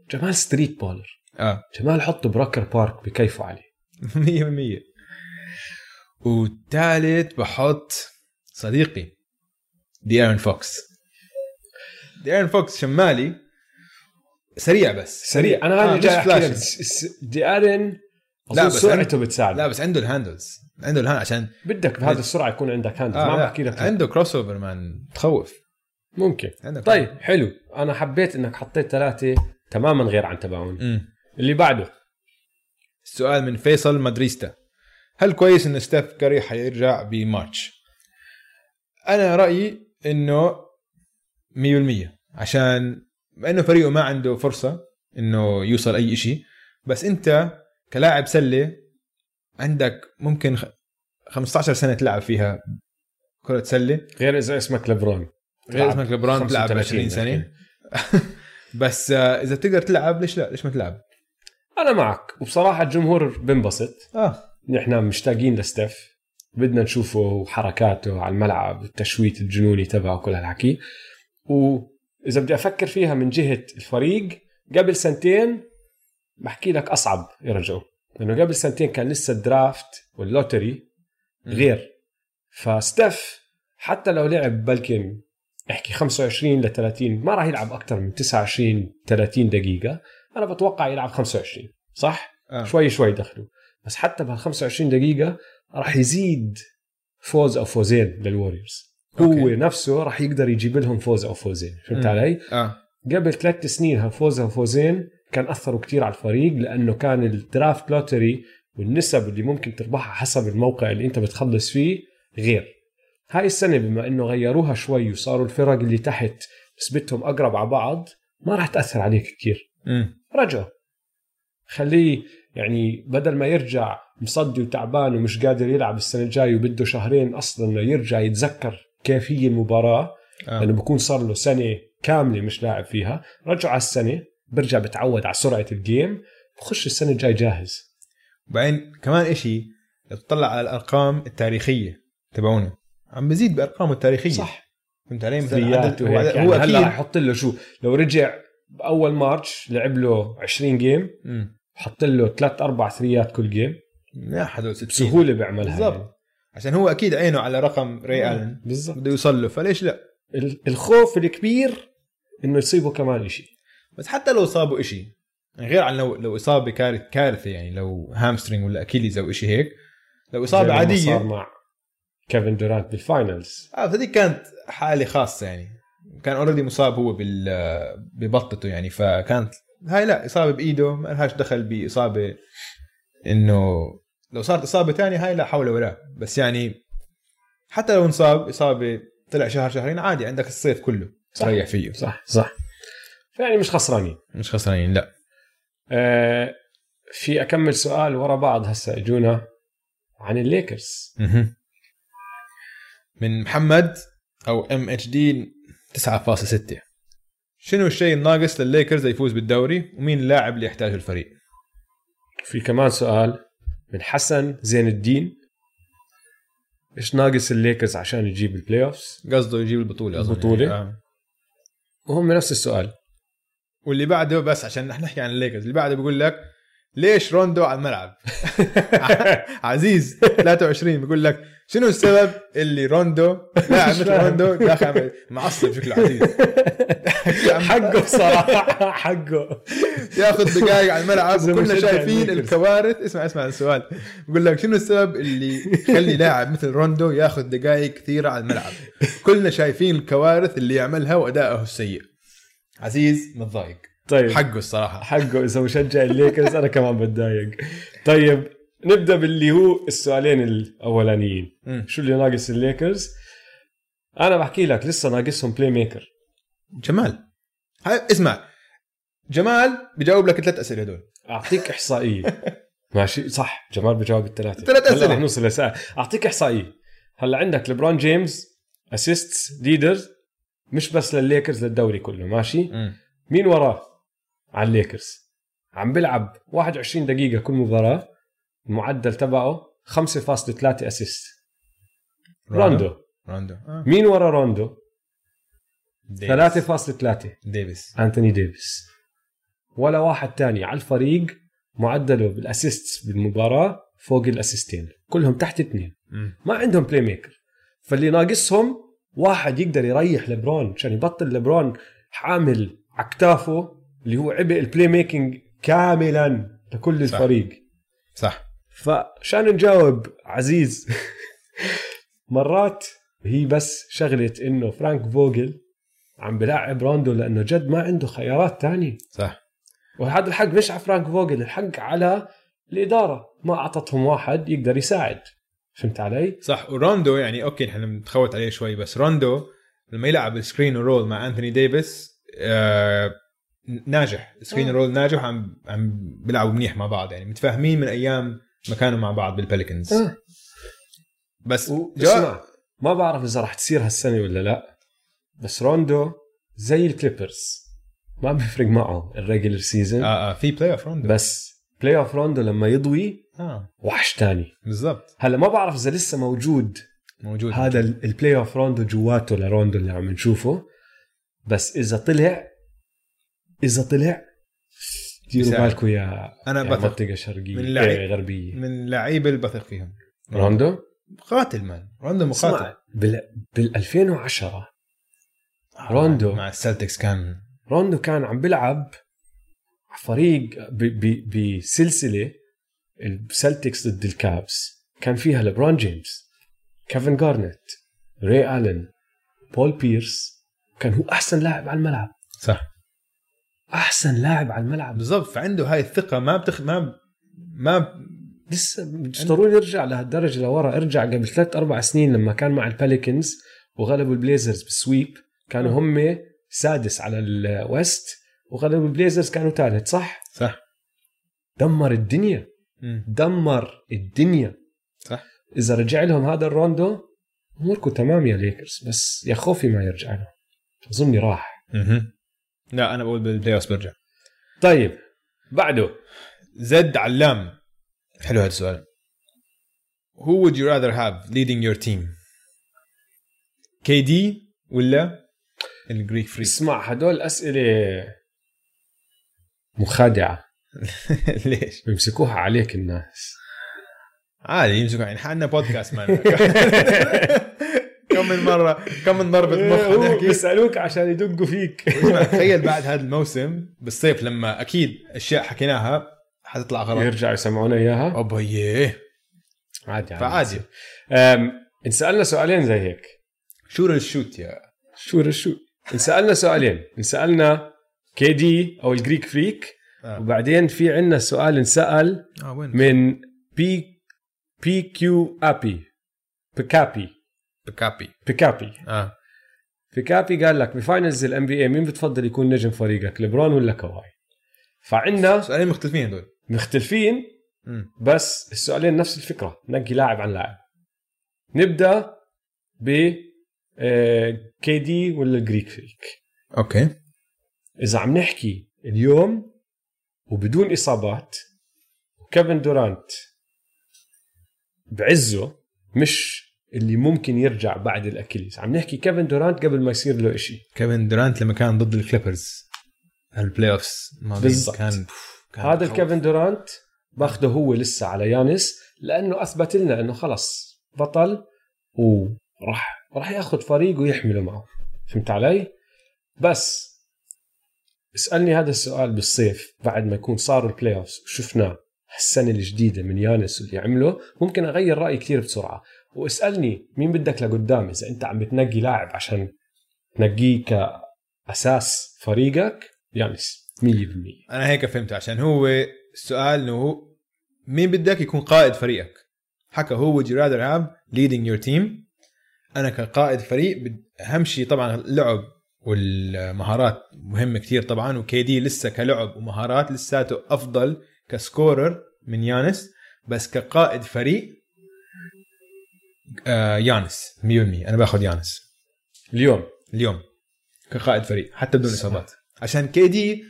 [SPEAKER 2] 100%
[SPEAKER 1] جمال ستريت بولر
[SPEAKER 2] اه
[SPEAKER 1] جمال حطه بروكر بارك بكيفه عليه
[SPEAKER 2] 100% وثالث بحط صديقي ديارن فوكس ديارن فوكس شمالي سريع بس
[SPEAKER 1] سريع انا هذا
[SPEAKER 2] آه،
[SPEAKER 1] آه جاي
[SPEAKER 2] مش
[SPEAKER 1] احكي لك
[SPEAKER 2] flashy.
[SPEAKER 1] س- س- دي ارن
[SPEAKER 2] لا،
[SPEAKER 1] لا
[SPEAKER 2] بس
[SPEAKER 1] سرعته بتساعد
[SPEAKER 2] لا بس عنده الهاندلز عنده الهاندل عشان
[SPEAKER 1] بدك بهذه السرعه يكون عندك هاند آه ما
[SPEAKER 2] إيه. آه
[SPEAKER 1] عم
[SPEAKER 2] لا،
[SPEAKER 1] بحكي لك لا.
[SPEAKER 2] عنده كروس اوفر مان تخوف
[SPEAKER 1] ممكن
[SPEAKER 2] عندك
[SPEAKER 1] طيب حلو انا حبيت انك حطيت ثلاثه تماما غير عن تبعوني
[SPEAKER 2] مم.
[SPEAKER 1] اللي بعده
[SPEAKER 2] السؤال من فيصل مدريستا هل كويس انه ستيف كاري حيرجع بماتش؟ انا رايي انه 100% عشان مع انه فريقه ما عنده فرصه انه يوصل اي شيء بس انت كلاعب سله عندك ممكن خ- 15 سنه تلعب فيها كره سله
[SPEAKER 1] غير اذا اسمك لبرون
[SPEAKER 2] غير اسمك لبران تلعب
[SPEAKER 1] 35
[SPEAKER 2] 20 سنه بس آه، اذا بتقدر تلعب ليش لا ليش ما تلعب؟
[SPEAKER 1] انا معك وبصراحه الجمهور بنبسط
[SPEAKER 2] اه
[SPEAKER 1] نحن مشتاقين لستيف بدنا نشوفه وحركاته على الملعب والتشويت الجنوني تبعه كل هالحكي وإذا بدي أفكر فيها من جهة الفريق قبل سنتين بحكي لك أصعب يرجعوا لأنه قبل سنتين كان لسه الدرافت واللوتري غير فستيف حتى لو لعب بلكن احكي 25 ل 30 ما راح يلعب أكثر من 29 30 دقيقة أنا بتوقع يلعب 25 صح؟
[SPEAKER 2] آه.
[SPEAKER 1] شوي شوي دخلوا بس حتى بهال 25 دقيقة راح يزيد فوز أو فوزين للوريورز هو
[SPEAKER 2] أوكي.
[SPEAKER 1] نفسه راح يقدر يجيب لهم فوز أو فوزين فهمت
[SPEAKER 2] مم.
[SPEAKER 1] علي؟
[SPEAKER 2] اه
[SPEAKER 1] قبل ثلاث سنين هالفوز أو فوزين كان أثروا كتير على الفريق لأنه كان الدرافت لوتري والنسب اللي ممكن تربحها حسب الموقع اللي أنت بتخلص فيه غير هاي السنة بما أنه غيروها شوي وصاروا الفرق اللي تحت نسبتهم أقرب على بعض ما راح تأثر عليك كتير
[SPEAKER 2] امم
[SPEAKER 1] رجعه خليه يعني بدل ما يرجع مصدي وتعبان ومش قادر يلعب السنه الجاي وبده شهرين اصلا انه يرجع يتذكر كيف هي المباراه
[SPEAKER 2] آه.
[SPEAKER 1] لانه بكون صار له سنه كامله مش لاعب فيها رجع على السنه برجع بتعود على سرعه الجيم بخش السنه الجاي جاهز
[SPEAKER 2] وبعدين كمان إشي لو تطلع على الارقام التاريخيه تبعونه عم بزيد بارقامه التاريخيه
[SPEAKER 1] صح
[SPEAKER 2] فهمت علي مثلا
[SPEAKER 1] ثريات
[SPEAKER 2] عدد- إيه، هو,
[SPEAKER 1] وهيك
[SPEAKER 2] عدد-
[SPEAKER 1] يعني
[SPEAKER 2] هو
[SPEAKER 1] هلا رح
[SPEAKER 2] اكيد
[SPEAKER 1] يحط له شو لو رجع باول مارتش لعب له 20 جيم
[SPEAKER 2] مم.
[SPEAKER 1] حط له ثلاث اربع ثريات كل جيم
[SPEAKER 2] لا حدا 60
[SPEAKER 1] بسهوله بيعملها يعني.
[SPEAKER 2] إيه. بالضبط عشان هو اكيد عينه على رقم ري الن
[SPEAKER 1] بالضبط
[SPEAKER 2] بده يوصل له فليش لا
[SPEAKER 1] ال- الخوف الكبير انه يصيبه كمان شيء
[SPEAKER 2] بس حتى لو صابه إشي يعني غير عن لو لو اصابه كارث كارثه يعني لو هامسترينج ولا اكيليز او شيء هيك لو
[SPEAKER 1] زي
[SPEAKER 2] اصابه
[SPEAKER 1] لما صار
[SPEAKER 2] عاديه
[SPEAKER 1] مع كيفن دورانت بالفاينلز
[SPEAKER 2] اه فدي كانت حاله خاصه يعني كان اوريدي مصاب هو بال ببطته يعني فكانت هاي لا اصابه بايده ما لهاش دخل باصابه انه لو صارت اصابه ثانيه هاي لا حول ولا بس يعني حتى لو انصاب اصابه طلع شهر شهرين عادي عندك الصيف كله
[SPEAKER 1] صح.
[SPEAKER 2] تريح فيه
[SPEAKER 1] صح صح فيعني مش خسرانين
[SPEAKER 2] مش خسرانين لا
[SPEAKER 1] آه في اكمل سؤال ورا بعض هسه اجونا عن الليكرز
[SPEAKER 2] مهم. من محمد او ام اتش دي 9.6 شنو الشيء الناقص للليكرز ليفوز بالدوري ومين اللاعب اللي يحتاجه الفريق؟
[SPEAKER 1] في كمان سؤال من حسن زين الدين ايش ناقص الليكرز عشان يجيب البلاي اوفز
[SPEAKER 2] قصده يجيب البطولة أظن
[SPEAKER 1] البطولة؟
[SPEAKER 2] يعني. آه.
[SPEAKER 1] وهم نفس السؤال
[SPEAKER 2] واللي بعده بس عشان نحن نحكي عن الليكرز اللي بعده بيقول لك ليش روندو على الملعب؟ عزيز 23 بيقول لك شنو السبب اللي روندو لاعب
[SPEAKER 1] مش
[SPEAKER 2] مثل
[SPEAKER 1] فاهم.
[SPEAKER 2] روندو داخل معصب شكله عزيز
[SPEAKER 1] حقه بصراحه حقه
[SPEAKER 2] ياخذ دقائق على الملعب
[SPEAKER 1] زي
[SPEAKER 2] وكلنا
[SPEAKER 1] مشجع
[SPEAKER 2] شايفين
[SPEAKER 1] الليكرز.
[SPEAKER 2] الكوارث اسمع اسمع السؤال بقول لك شنو السبب اللي يخلي لاعب مثل روندو ياخذ دقائق كثيره على الملعب كلنا شايفين الكوارث اللي يعملها وادائه السيء عزيز متضايق
[SPEAKER 1] طيب
[SPEAKER 2] حقه الصراحه
[SPEAKER 1] حقه اذا مشجع الليكرز انا كمان بتضايق طيب نبدا باللي هو السؤالين الاولانيين
[SPEAKER 2] مم.
[SPEAKER 1] شو اللي ناقص الليكرز انا بحكي لك لسه ناقصهم بلاي ميكر
[SPEAKER 2] جمال هاي اسمع جمال بجاوب لك ثلاث اسئله دول
[SPEAKER 1] اعطيك احصائيه ماشي صح جمال بجاوب الثلاثه
[SPEAKER 2] الثلاث أسئلة.
[SPEAKER 1] هلا رح نوصل لساعة اعطيك احصائيه هلا عندك لبرون جيمس اسيست ليدرز مش بس للليكرز للدوري كله ماشي مين وراه على الليكرز عم بيلعب 21 دقيقة كل مباراة المعدل تبعه 5.3 اسيست روندو
[SPEAKER 2] روندو آه.
[SPEAKER 1] مين ورا روندو
[SPEAKER 2] ديفيس.
[SPEAKER 1] 3.3
[SPEAKER 2] ديفيس
[SPEAKER 1] انتوني ديفيس ولا واحد تاني على الفريق معدله بالاسيست بالمباراة فوق الاسيستين كلهم تحت اثنين
[SPEAKER 2] مم.
[SPEAKER 1] ما عندهم بلاي ميكر فاللي ناقصهم واحد يقدر يريح لبرون عشان يبطل لبرون حامل على كتافه اللي هو عبء البلاي ميكينج كاملا لكل
[SPEAKER 2] صح.
[SPEAKER 1] الفريق
[SPEAKER 2] صح
[SPEAKER 1] فشان نجاوب عزيز مرات هي بس شغلة انه فرانك فوجل عم بلاعب روندو لانه جد ما عنده خيارات تانية
[SPEAKER 2] صح
[SPEAKER 1] وهذا الحق مش على فرانك فوجل الحق على الإدارة ما أعطتهم واحد يقدر يساعد فهمت علي؟
[SPEAKER 2] صح وروندو يعني اوكي نحن بنتخوت عليه شوي بس روندو لما يلعب سكرين رول مع انثوني ديفيس آه ناجح سكرين
[SPEAKER 1] آه.
[SPEAKER 2] رول ناجح عم عم بيلعبوا منيح مع بعض يعني متفاهمين من ايام ما كانوا مع بعض بالبليكنز
[SPEAKER 1] آه.
[SPEAKER 2] بس جا-
[SPEAKER 1] اسمع ما بعرف اذا راح تصير هالسنه ولا لا بس روندو زي الكليبرز ما بيفرق معه الريجلر سيزون
[SPEAKER 2] آه, اه في بلاي اوف روندو
[SPEAKER 1] بس بلاي اوف روندو لما يضوي
[SPEAKER 2] اه
[SPEAKER 1] وحش تاني
[SPEAKER 2] بالضبط
[SPEAKER 1] هلا ما بعرف اذا لسه موجود
[SPEAKER 2] موجود
[SPEAKER 1] هذا ال- البلاي اوف روندو جواته لروندو اللي عم نشوفه بس اذا طلع اذا طلع ديروا
[SPEAKER 2] بيساعد.
[SPEAKER 1] بالكم يا
[SPEAKER 2] انا
[SPEAKER 1] يا
[SPEAKER 2] بثق
[SPEAKER 1] منطقه شرقيه
[SPEAKER 2] من لعيب.
[SPEAKER 1] إيه، غربيه
[SPEAKER 2] من لعيبه اللي بثق فيهم
[SPEAKER 1] روندو
[SPEAKER 2] قاتل مان روندو مقاتل
[SPEAKER 1] اسمع بال بال 2010 روندو.
[SPEAKER 2] آه، مع السلتكس كان
[SPEAKER 1] روندو كان عم بيلعب فريق ب- ب- بسلسله السلتكس ضد الكابس كان فيها لبرون جيمس كيفن جارنت ري الين بول بيرس كان هو احسن لاعب على الملعب
[SPEAKER 2] صح
[SPEAKER 1] احسن لاعب على الملعب
[SPEAKER 2] بالضبط فعنده هاي الثقه ما بتخ ما ب... ما ب...
[SPEAKER 1] لسه ضروري يرجع لهالدرجه لورا ارجع قبل ثلاث اربع سنين لما كان مع الباليكنز وغلبوا البليزرز بالسويب كانوا هم سادس على الويست وغلبوا البليزرز كانوا ثالث صح؟
[SPEAKER 2] صح
[SPEAKER 1] دمر الدنيا
[SPEAKER 2] مم.
[SPEAKER 1] دمر الدنيا
[SPEAKER 2] صح.
[SPEAKER 1] اذا رجع لهم هذا الروندو اموركم تمام يا ليكرز بس يا خوفي ما يرجع لهم اظني راح
[SPEAKER 2] مهم. لا انا بقول بالبلاي اوف برجع
[SPEAKER 1] طيب بعده
[SPEAKER 2] زد علام حلو هذا السؤال Who would you rather have leading your team؟ كي دي ولا الجريك فريس
[SPEAKER 1] اسمع هدول اسئله مخادعه
[SPEAKER 2] ليش؟
[SPEAKER 1] بيمسكوها عليك الناس
[SPEAKER 2] عادي يمسكوا يعني عندنا بودكاست مان كم كم من مره كم من ضربه مخ
[SPEAKER 1] هو
[SPEAKER 2] هنحكي
[SPEAKER 1] بيسالوك إيه، عشان يدقوا فيك
[SPEAKER 2] اسمع، تخيل بعد هذا الموسم بالصيف لما اكيد اشياء حكيناها حتطلع غلط
[SPEAKER 1] يرجعوا يسمعونا اياها
[SPEAKER 2] اوبا يه
[SPEAKER 1] عادي عادي
[SPEAKER 2] فعادي
[SPEAKER 1] أم، انسالنا سؤالين زي هيك
[SPEAKER 2] شو الشوت يا
[SPEAKER 1] شو رشو انسالنا سؤالين انسالنا كي دي او الجريك فريك
[SPEAKER 2] اه,
[SPEAKER 1] وبعدين في عندنا سؤال انسال
[SPEAKER 2] آه وين
[SPEAKER 1] من بي بي كيو ابي بيكابي
[SPEAKER 2] بكابي
[SPEAKER 1] بيكابي
[SPEAKER 2] اه
[SPEAKER 1] بيكابي قال لك بفاينلز الام بي اي مين بتفضل يكون نجم فريقك لبرون ولا كواي فعندنا
[SPEAKER 2] سؤالين مختلفين هدول
[SPEAKER 1] مختلفين
[SPEAKER 2] مم.
[SPEAKER 1] بس السؤالين نفس الفكره ننقي لاعب عن لاعب نبدا ب كي دي ولا الجريك فريك
[SPEAKER 2] اوكي
[SPEAKER 1] اذا عم نحكي اليوم وبدون اصابات وكيفن دورانت بعزه مش اللي ممكن يرجع بعد الاكيليز عم نحكي كيفن دورانت قبل ما يصير له إشي
[SPEAKER 2] كيفن دورانت لما كان ضد الكليبرز البلاي اوفس
[SPEAKER 1] بالضبط.
[SPEAKER 2] كان كان
[SPEAKER 1] هذا
[SPEAKER 2] خوف.
[SPEAKER 1] الكيفن دورانت باخده هو لسه على يانس لانه اثبت لنا انه خلص بطل وراح راح ياخذ فريق ويحمله معه فهمت علي بس اسالني هذا السؤال بالصيف بعد ما يكون صار البلاي اوف وشفنا السنه الجديده من يانس واللي عمله ممكن اغير رايي كثير بسرعه واسالني مين بدك لقدام اذا انت عم بتنقي لاعب عشان تنقيه كاساس فريقك يانس 100%
[SPEAKER 2] انا هيك فهمت عشان هو السؤال انه هو مين بدك يكون قائد فريقك حكى هو جرادر هاب ليدنج يور تيم انا كقائد فريق بد- اهم شيء طبعا اللعب والمهارات مهمه كثير طبعا وكي دي لسه كلعب ومهارات لساته افضل كسكورر من يانس بس كقائد فريق آه يانس 100% انا باخذ يانس
[SPEAKER 1] اليوم
[SPEAKER 2] اليوم كقائد فريق حتى بدون اصابات عشان كي دي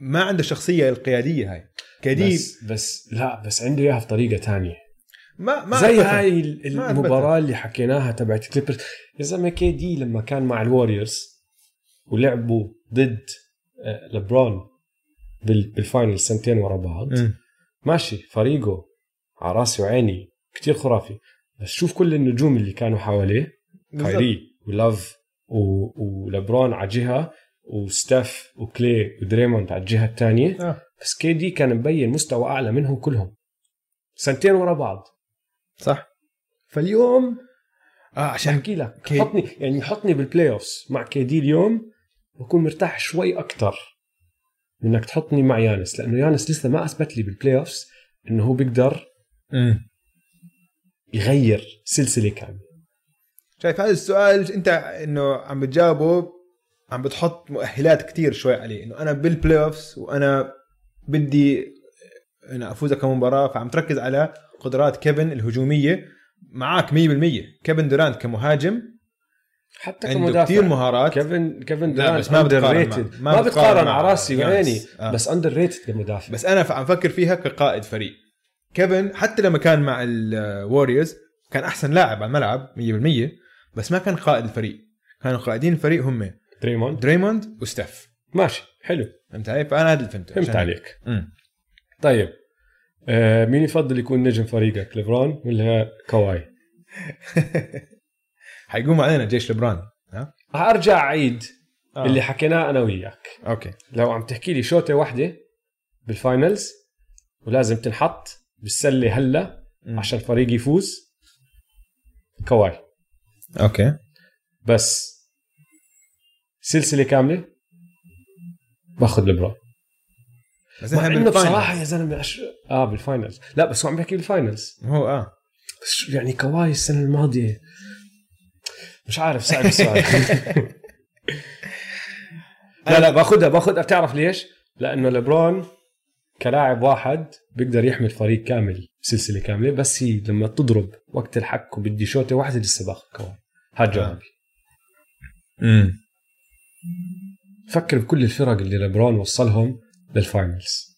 [SPEAKER 2] ما عنده الشخصيه القياديه هاي كي دي
[SPEAKER 1] بس بس لا بس عنده اياها بطريقه تانية
[SPEAKER 2] ما ما
[SPEAKER 1] زي
[SPEAKER 2] أثبتها.
[SPEAKER 1] هاي ال-
[SPEAKER 2] ما
[SPEAKER 1] المباراه اللي حكيناها تبعت كليبرز يا زلمه كي دي لما كان مع الوريورز ولعبوا ضد آه، لبرون بال- بالفاينل سنتين ورا بعض
[SPEAKER 2] أمم.
[SPEAKER 1] ماشي فريقه على راسي وعيني كتير خرافي بس شوف كل النجوم اللي كانوا حواليه
[SPEAKER 2] بالضبط.
[SPEAKER 1] كايري ولاف و- ولبرون على جهه وستاف وكلي ودريموند على الجهه الثانيه
[SPEAKER 2] آه.
[SPEAKER 1] بس كي دي كان مبين مستوى اعلى منهم كلهم سنتين ورا بعض
[SPEAKER 2] صح
[SPEAKER 1] فاليوم
[SPEAKER 2] اه عشان
[SPEAKER 1] بحكي لك
[SPEAKER 2] كي-
[SPEAKER 1] حطني يعني حطني بالبلاي اوفس مع كي دي اليوم بكون مرتاح شوي اكثر من انك تحطني مع يانس لانه يانس لسه ما اثبت لي بالبلاي اوفس انه هو بيقدر
[SPEAKER 2] أمم.
[SPEAKER 1] يغير سلسله كامله
[SPEAKER 2] شايف هذا السؤال انت انه عم بتجاوبه عم بتحط مؤهلات كتير شوي عليه انه انا بالبلاي اوفس وانا بدي انا افوز كم مباراه فعم تركز على قدرات كيفن الهجوميه معك 100% كيفن دورانت كمهاجم
[SPEAKER 1] حتى
[SPEAKER 2] عنده
[SPEAKER 1] كمدافع
[SPEAKER 2] كثير مهارات
[SPEAKER 1] كيفن كيفن
[SPEAKER 2] لا،
[SPEAKER 1] دورانت
[SPEAKER 2] بس ما بتقارن مع-
[SPEAKER 1] underrated.
[SPEAKER 2] ما
[SPEAKER 1] ما
[SPEAKER 2] بتقارن
[SPEAKER 1] بتقارن
[SPEAKER 2] مع
[SPEAKER 1] على راسي
[SPEAKER 2] يانس.
[SPEAKER 1] وعيني
[SPEAKER 2] آه.
[SPEAKER 1] بس اندر ريتد كمدافع
[SPEAKER 2] بس انا ف- عم فكر فيها كقائد فريق كيفن حتى لما كان مع الوريوز كان احسن لاعب على الملعب 100% بس ما كان قائد الفريق كانوا قائدين الفريق هم
[SPEAKER 1] دريموند
[SPEAKER 2] دريموند وستاف
[SPEAKER 1] ماشي حلو
[SPEAKER 2] فهمت علي فانا هذا اللي فهمته
[SPEAKER 1] فهمت
[SPEAKER 2] عشان-
[SPEAKER 1] عليك
[SPEAKER 2] أمم.
[SPEAKER 1] طيب آه مين يفضل يكون نجم فريقك ليبرون ولا كواي؟
[SPEAKER 2] حيقوم علينا جيش لبران ها
[SPEAKER 1] ارجع اعيد
[SPEAKER 2] آه.
[SPEAKER 1] آه. اللي حكيناه انا وياك
[SPEAKER 2] اوكي
[SPEAKER 1] لو عم تحكي لي شوطه واحده بالفاينلز ولازم تنحط بالسله هلا
[SPEAKER 2] أمم.
[SPEAKER 1] عشان فريقي يفوز كواي
[SPEAKER 2] اوكي
[SPEAKER 1] بس سلسله كامله باخذ لبرون
[SPEAKER 2] بس
[SPEAKER 1] مع
[SPEAKER 2] احنا
[SPEAKER 1] انه
[SPEAKER 2] بالفاينل.
[SPEAKER 1] بصراحه يا زلمه أش... اه بالفاينلز لا بس هو عم بحكي بالفاينلز
[SPEAKER 2] هو اه
[SPEAKER 1] بس شو- يعني كواي السنه الماضيه مش عارف صعب السؤال لا لا باخذها باخذها بتعرف ليش؟ لانه لبرون كلاعب واحد بيقدر يحمل فريق كامل سلسله كامله بس هي لما تضرب وقت الحك وبدي شوطه واحده لسه باخذ كواي هاد جوابي
[SPEAKER 2] امم
[SPEAKER 1] فكر بكل الفرق اللي لبرون وصلهم للفاينلز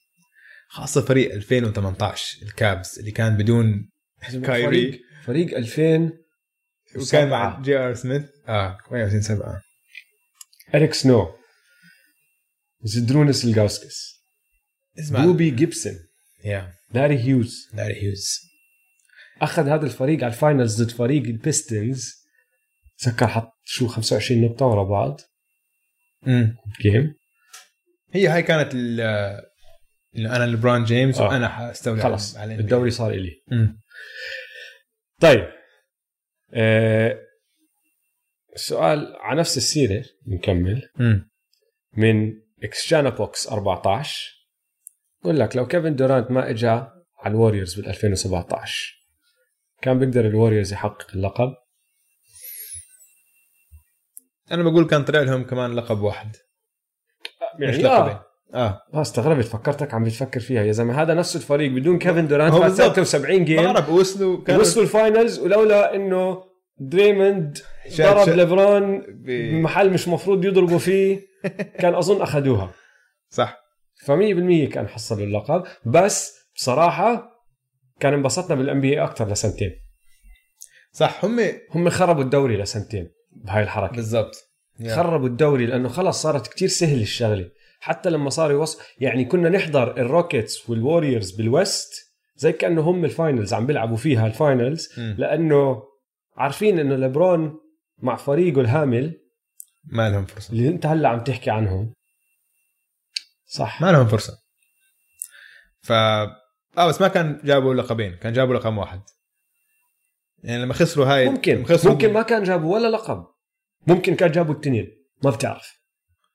[SPEAKER 2] خاصه فريق 2018 الكابز اللي كان بدون كايري.
[SPEAKER 1] فريق- فريق 2000
[SPEAKER 2] وكان مع
[SPEAKER 1] سبعة.
[SPEAKER 2] جي ار سميث اه 28 7
[SPEAKER 1] اريك سنو زدرونس الجاوسكس
[SPEAKER 2] اسمع
[SPEAKER 1] بوبي جيبسون
[SPEAKER 2] يا
[SPEAKER 1] لاري هيوز
[SPEAKER 2] لاري هيوز
[SPEAKER 1] اخذ هذا الفريق على الفاينلز ضد فريق البيستنز تذكر حط شو 25 نقطه ورا بعض
[SPEAKER 2] مم.
[SPEAKER 1] جيم
[SPEAKER 2] هي هاي كانت ال- اللي انا لبران جيمس
[SPEAKER 1] آه.
[SPEAKER 2] وانا حاستولي
[SPEAKER 1] خلص
[SPEAKER 2] على
[SPEAKER 1] الدوري صار الي
[SPEAKER 2] مم.
[SPEAKER 1] طيب آه سؤال على نفس السيره نكمل
[SPEAKER 2] مم.
[SPEAKER 1] من اكسجانا بوكس 14 بقول لك لو كيفن دورانت ما اجى على الوريورز بال 2017 كان بيقدر الوريورز يحقق اللقب
[SPEAKER 2] انا بقول كان طلع لهم كمان لقب واحد مش
[SPEAKER 1] يعني
[SPEAKER 2] لقبين
[SPEAKER 1] آه.
[SPEAKER 2] اه
[SPEAKER 1] اه استغربت فكرتك عم بتفكر فيها يا زلمه هذا نفس الفريق بدون كيفن دورانت
[SPEAKER 2] هو
[SPEAKER 1] فات
[SPEAKER 2] آه، بالضبط.
[SPEAKER 1] 73 جيم
[SPEAKER 2] بعرف وصلوا كانوا
[SPEAKER 1] وصلوا الفاينلز ولولا انه دريموند
[SPEAKER 2] شا- إيه.
[SPEAKER 1] ضرب
[SPEAKER 2] شا-
[SPEAKER 1] ليبرون
[SPEAKER 2] ب-
[SPEAKER 1] محل مش مفروض يضربوا فيه كان اظن اخذوها
[SPEAKER 2] صح
[SPEAKER 1] ف100% كان حصلوا اللقب بس بصراحه كان انبسطنا بالان بي اكثر لسنتين
[SPEAKER 2] صح هم
[SPEAKER 1] هم خربوا الدوري لسنتين بهاي الحركه
[SPEAKER 2] بالضبط
[SPEAKER 1] خربوا الدوري لانه خلص صارت كتير سهل الشغله حتى لما صار يوصل يعني كنا نحضر الروكيتس والوريورز بالوست زي كانه هم الفاينلز عم بيلعبوا فيها الفاينلز
[SPEAKER 2] مم.
[SPEAKER 1] لانه عارفين انه لبرون مع فريقه الهامل
[SPEAKER 2] ما لهم فرصه
[SPEAKER 1] اللي انت هلا عم تحكي عنهم صح
[SPEAKER 2] ما لهم فرصه ف اه بس ما كان جابوا لقبين كان جابوا لقب واحد يعني لما خسروا هاي
[SPEAKER 1] ممكن
[SPEAKER 2] لما خسروا
[SPEAKER 1] ممكن ما كان جابوا ولا لقب ممكن كان جابوا التنين ما بتعرف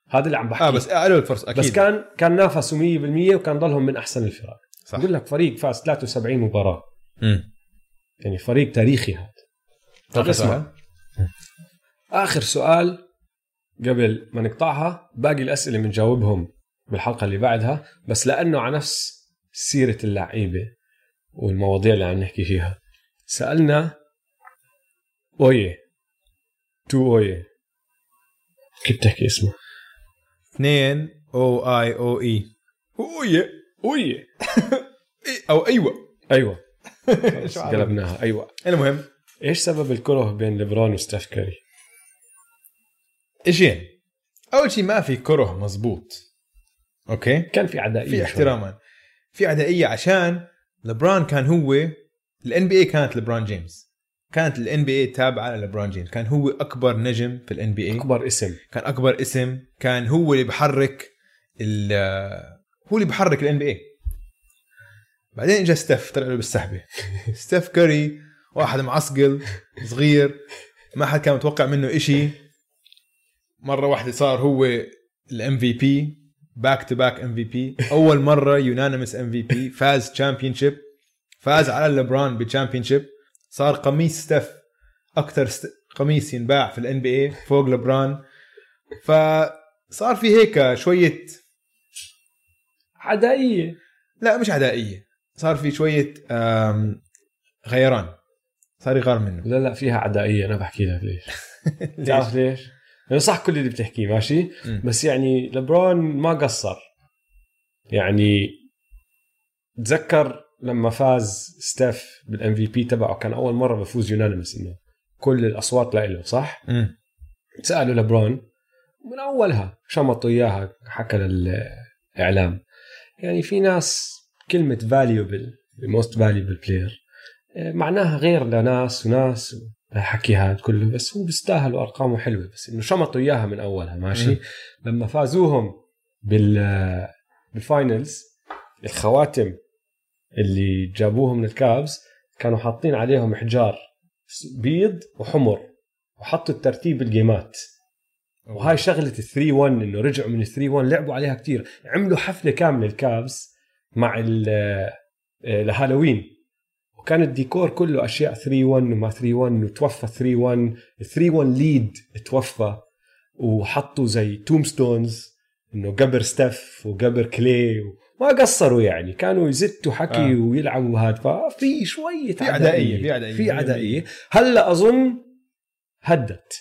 [SPEAKER 1] هذا اللي عم بحكي
[SPEAKER 2] اه بس قالوا الفرصه اكيد
[SPEAKER 1] بس كان كان نافسوا 100% وكان ضلهم من احسن الفرق
[SPEAKER 2] صح
[SPEAKER 1] بقول لك فريق فاز 73 مباراه
[SPEAKER 2] مم.
[SPEAKER 1] يعني فريق تاريخي هذا طب اسمع
[SPEAKER 2] صح.
[SPEAKER 1] اخر سؤال قبل ما نقطعها باقي الاسئله بنجاوبهم بالحلقه اللي بعدها بس لانه على نفس سيره اللعيبه والمواضيع اللي عم نحكي فيها سالنا اويه تو اويه كيف تحكي اسمه؟
[SPEAKER 2] اثنين او اي او اي اويه
[SPEAKER 1] اويه
[SPEAKER 2] او ايوه
[SPEAKER 1] ايوه
[SPEAKER 2] شو
[SPEAKER 1] خلص،
[SPEAKER 2] عربي؟
[SPEAKER 1] قلبناها ايوه
[SPEAKER 2] المهم
[SPEAKER 1] ايش سبب الكره بين ليبرون وستيف كاري؟
[SPEAKER 2] اشيين اول شيء ما في كره مزبوط اوكي
[SPEAKER 1] كان في عدائيه
[SPEAKER 2] في
[SPEAKER 1] شوي.
[SPEAKER 2] احتراما في عدائيه عشان لبران كان هو الان بي اي كانت لبران جيمس كانت الان بي اي تابعه لبران جيمس كان هو اكبر نجم في الان بي اي
[SPEAKER 1] اكبر اسم
[SPEAKER 2] كان اكبر اسم كان هو اللي بحرك ال- هو اللي بحرك الان بي اي بعدين اجى ستيف طلع له بالسحبه ستيف كاري واحد معصقل صغير ما حد كان متوقع منه إشي مره واحده صار هو الام في بي باك تو باك ام في بي اول مره يونانيمس ام في بي فاز تشامبيونشيب فاز على لبران بالتشامبيونشيب صار قميص ستيف اكثر ست... قميص ينباع في الان بي اي فوق لبران فصار في هيك شويه
[SPEAKER 1] عدائيه
[SPEAKER 2] لا مش عدائيه صار في شويه آم، غيران صار يغار منه
[SPEAKER 1] لا لا فيها عدائيه انا بحكي لك ليش بتعرف ليش؟ يعني صح كل اللي بتحكيه ماشي
[SPEAKER 2] مم.
[SPEAKER 1] بس يعني لبرون ما قصر يعني تذكر لما فاز ستيف بالام في بي تبعه كان اول مره بفوز يونانيمس انه كل الاصوات لإله صح؟
[SPEAKER 2] مم.
[SPEAKER 1] سالوا لبرون من اولها شمطوا اياها حكى للاعلام يعني في ناس كلمه فاليوبل موست فاليوبل بلاير معناها غير لناس وناس الحكي هذا كله بس هو بيستاهل وارقامه حلوه بس انه شمطوا اياها من اولها ماشي
[SPEAKER 2] مم.
[SPEAKER 1] لما فازوهم بال بالفاينلز الخواتم اللي جابوهم للكابز كانوا حاطين عليهم حجار بيض وحمر وحطوا الترتيب الجيمات وهاي شغله 3 1 انه رجعوا من 3 1 لعبوا عليها كتير عملوا حفله كامله الكابز مع ال- آه، لهالوين وكان الديكور كله اشياء 3 1 وما 3 1 وتوفى 3 1 3 1 ليد توفى وحطوا زي تومستونز انه قبر ستيف وقبر كلي ما قصروا يعني كانوا يزتوا حكي
[SPEAKER 2] آه.
[SPEAKER 1] آه. ويلعبوا هذا ففي شويه
[SPEAKER 2] في عدائية، في عدائية.
[SPEAKER 1] في عدائيه هلا اظن هدت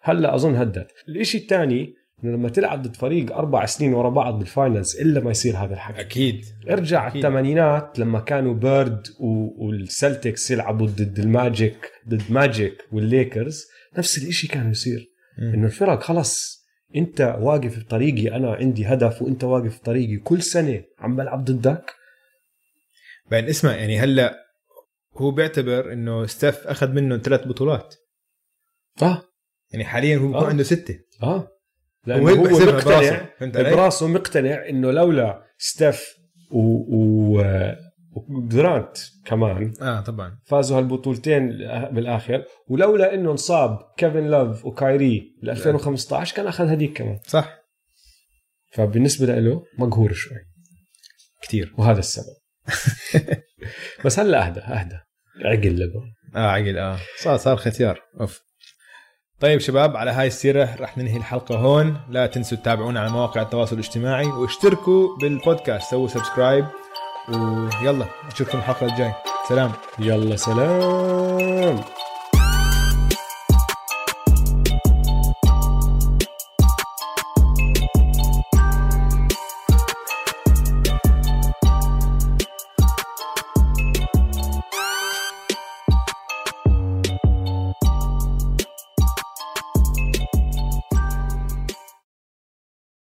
[SPEAKER 1] هلا اظن هدت الاشي الثاني انه لما تلعب ضد فريق اربع سنين ورا بعض بالفاينلز الا ما يصير هذا الحكي
[SPEAKER 2] اكيد
[SPEAKER 1] ارجع على
[SPEAKER 2] أكيد.
[SPEAKER 1] الثمانينات لما كانوا بيرد و... والسلتكس يلعبوا ضد الماجيك ضد ماجيك والليكرز نفس الاشي كان يصير انه الفرق خلص انت واقف بطريقي انا عندي هدف وانت واقف بطريقي كل سنه عم بلعب ضدك
[SPEAKER 2] بعدين اسمع يعني هلا هو بيعتبر انه ستيف اخذ منه ثلاث بطولات
[SPEAKER 1] اه
[SPEAKER 2] يعني حاليا هو بيكون
[SPEAKER 1] آه.
[SPEAKER 2] عنده سته
[SPEAKER 1] اه لانه
[SPEAKER 2] هو هيك
[SPEAKER 1] هو
[SPEAKER 2] بحسبها
[SPEAKER 1] مقتنع
[SPEAKER 2] براسه فهمت علي؟
[SPEAKER 1] براسه مقتنع انه لولا ستيف و, و... ودرانت كمان
[SPEAKER 2] اه طبعا
[SPEAKER 1] فازوا هالبطولتين بالاخر ولولا انه انصاب كيفن لوف وكايري ل 2015 كان اخذ هذيك كمان
[SPEAKER 2] صح
[SPEAKER 1] فبالنسبه له مقهور شوي
[SPEAKER 2] كثير
[SPEAKER 1] وهذا السبب بس هلا اهدى اهدى عقل له
[SPEAKER 2] اه عقل اه صار صار ختيار اوف طيب شباب على هاي السيرة رح ننهي الحلقة هون لا تنسوا تتابعونا على مواقع التواصل الاجتماعي واشتركوا بالبودكاست سووا سبسكرايب ويلا نشوفكم الحلقة الجاي سلام
[SPEAKER 1] يلا سلام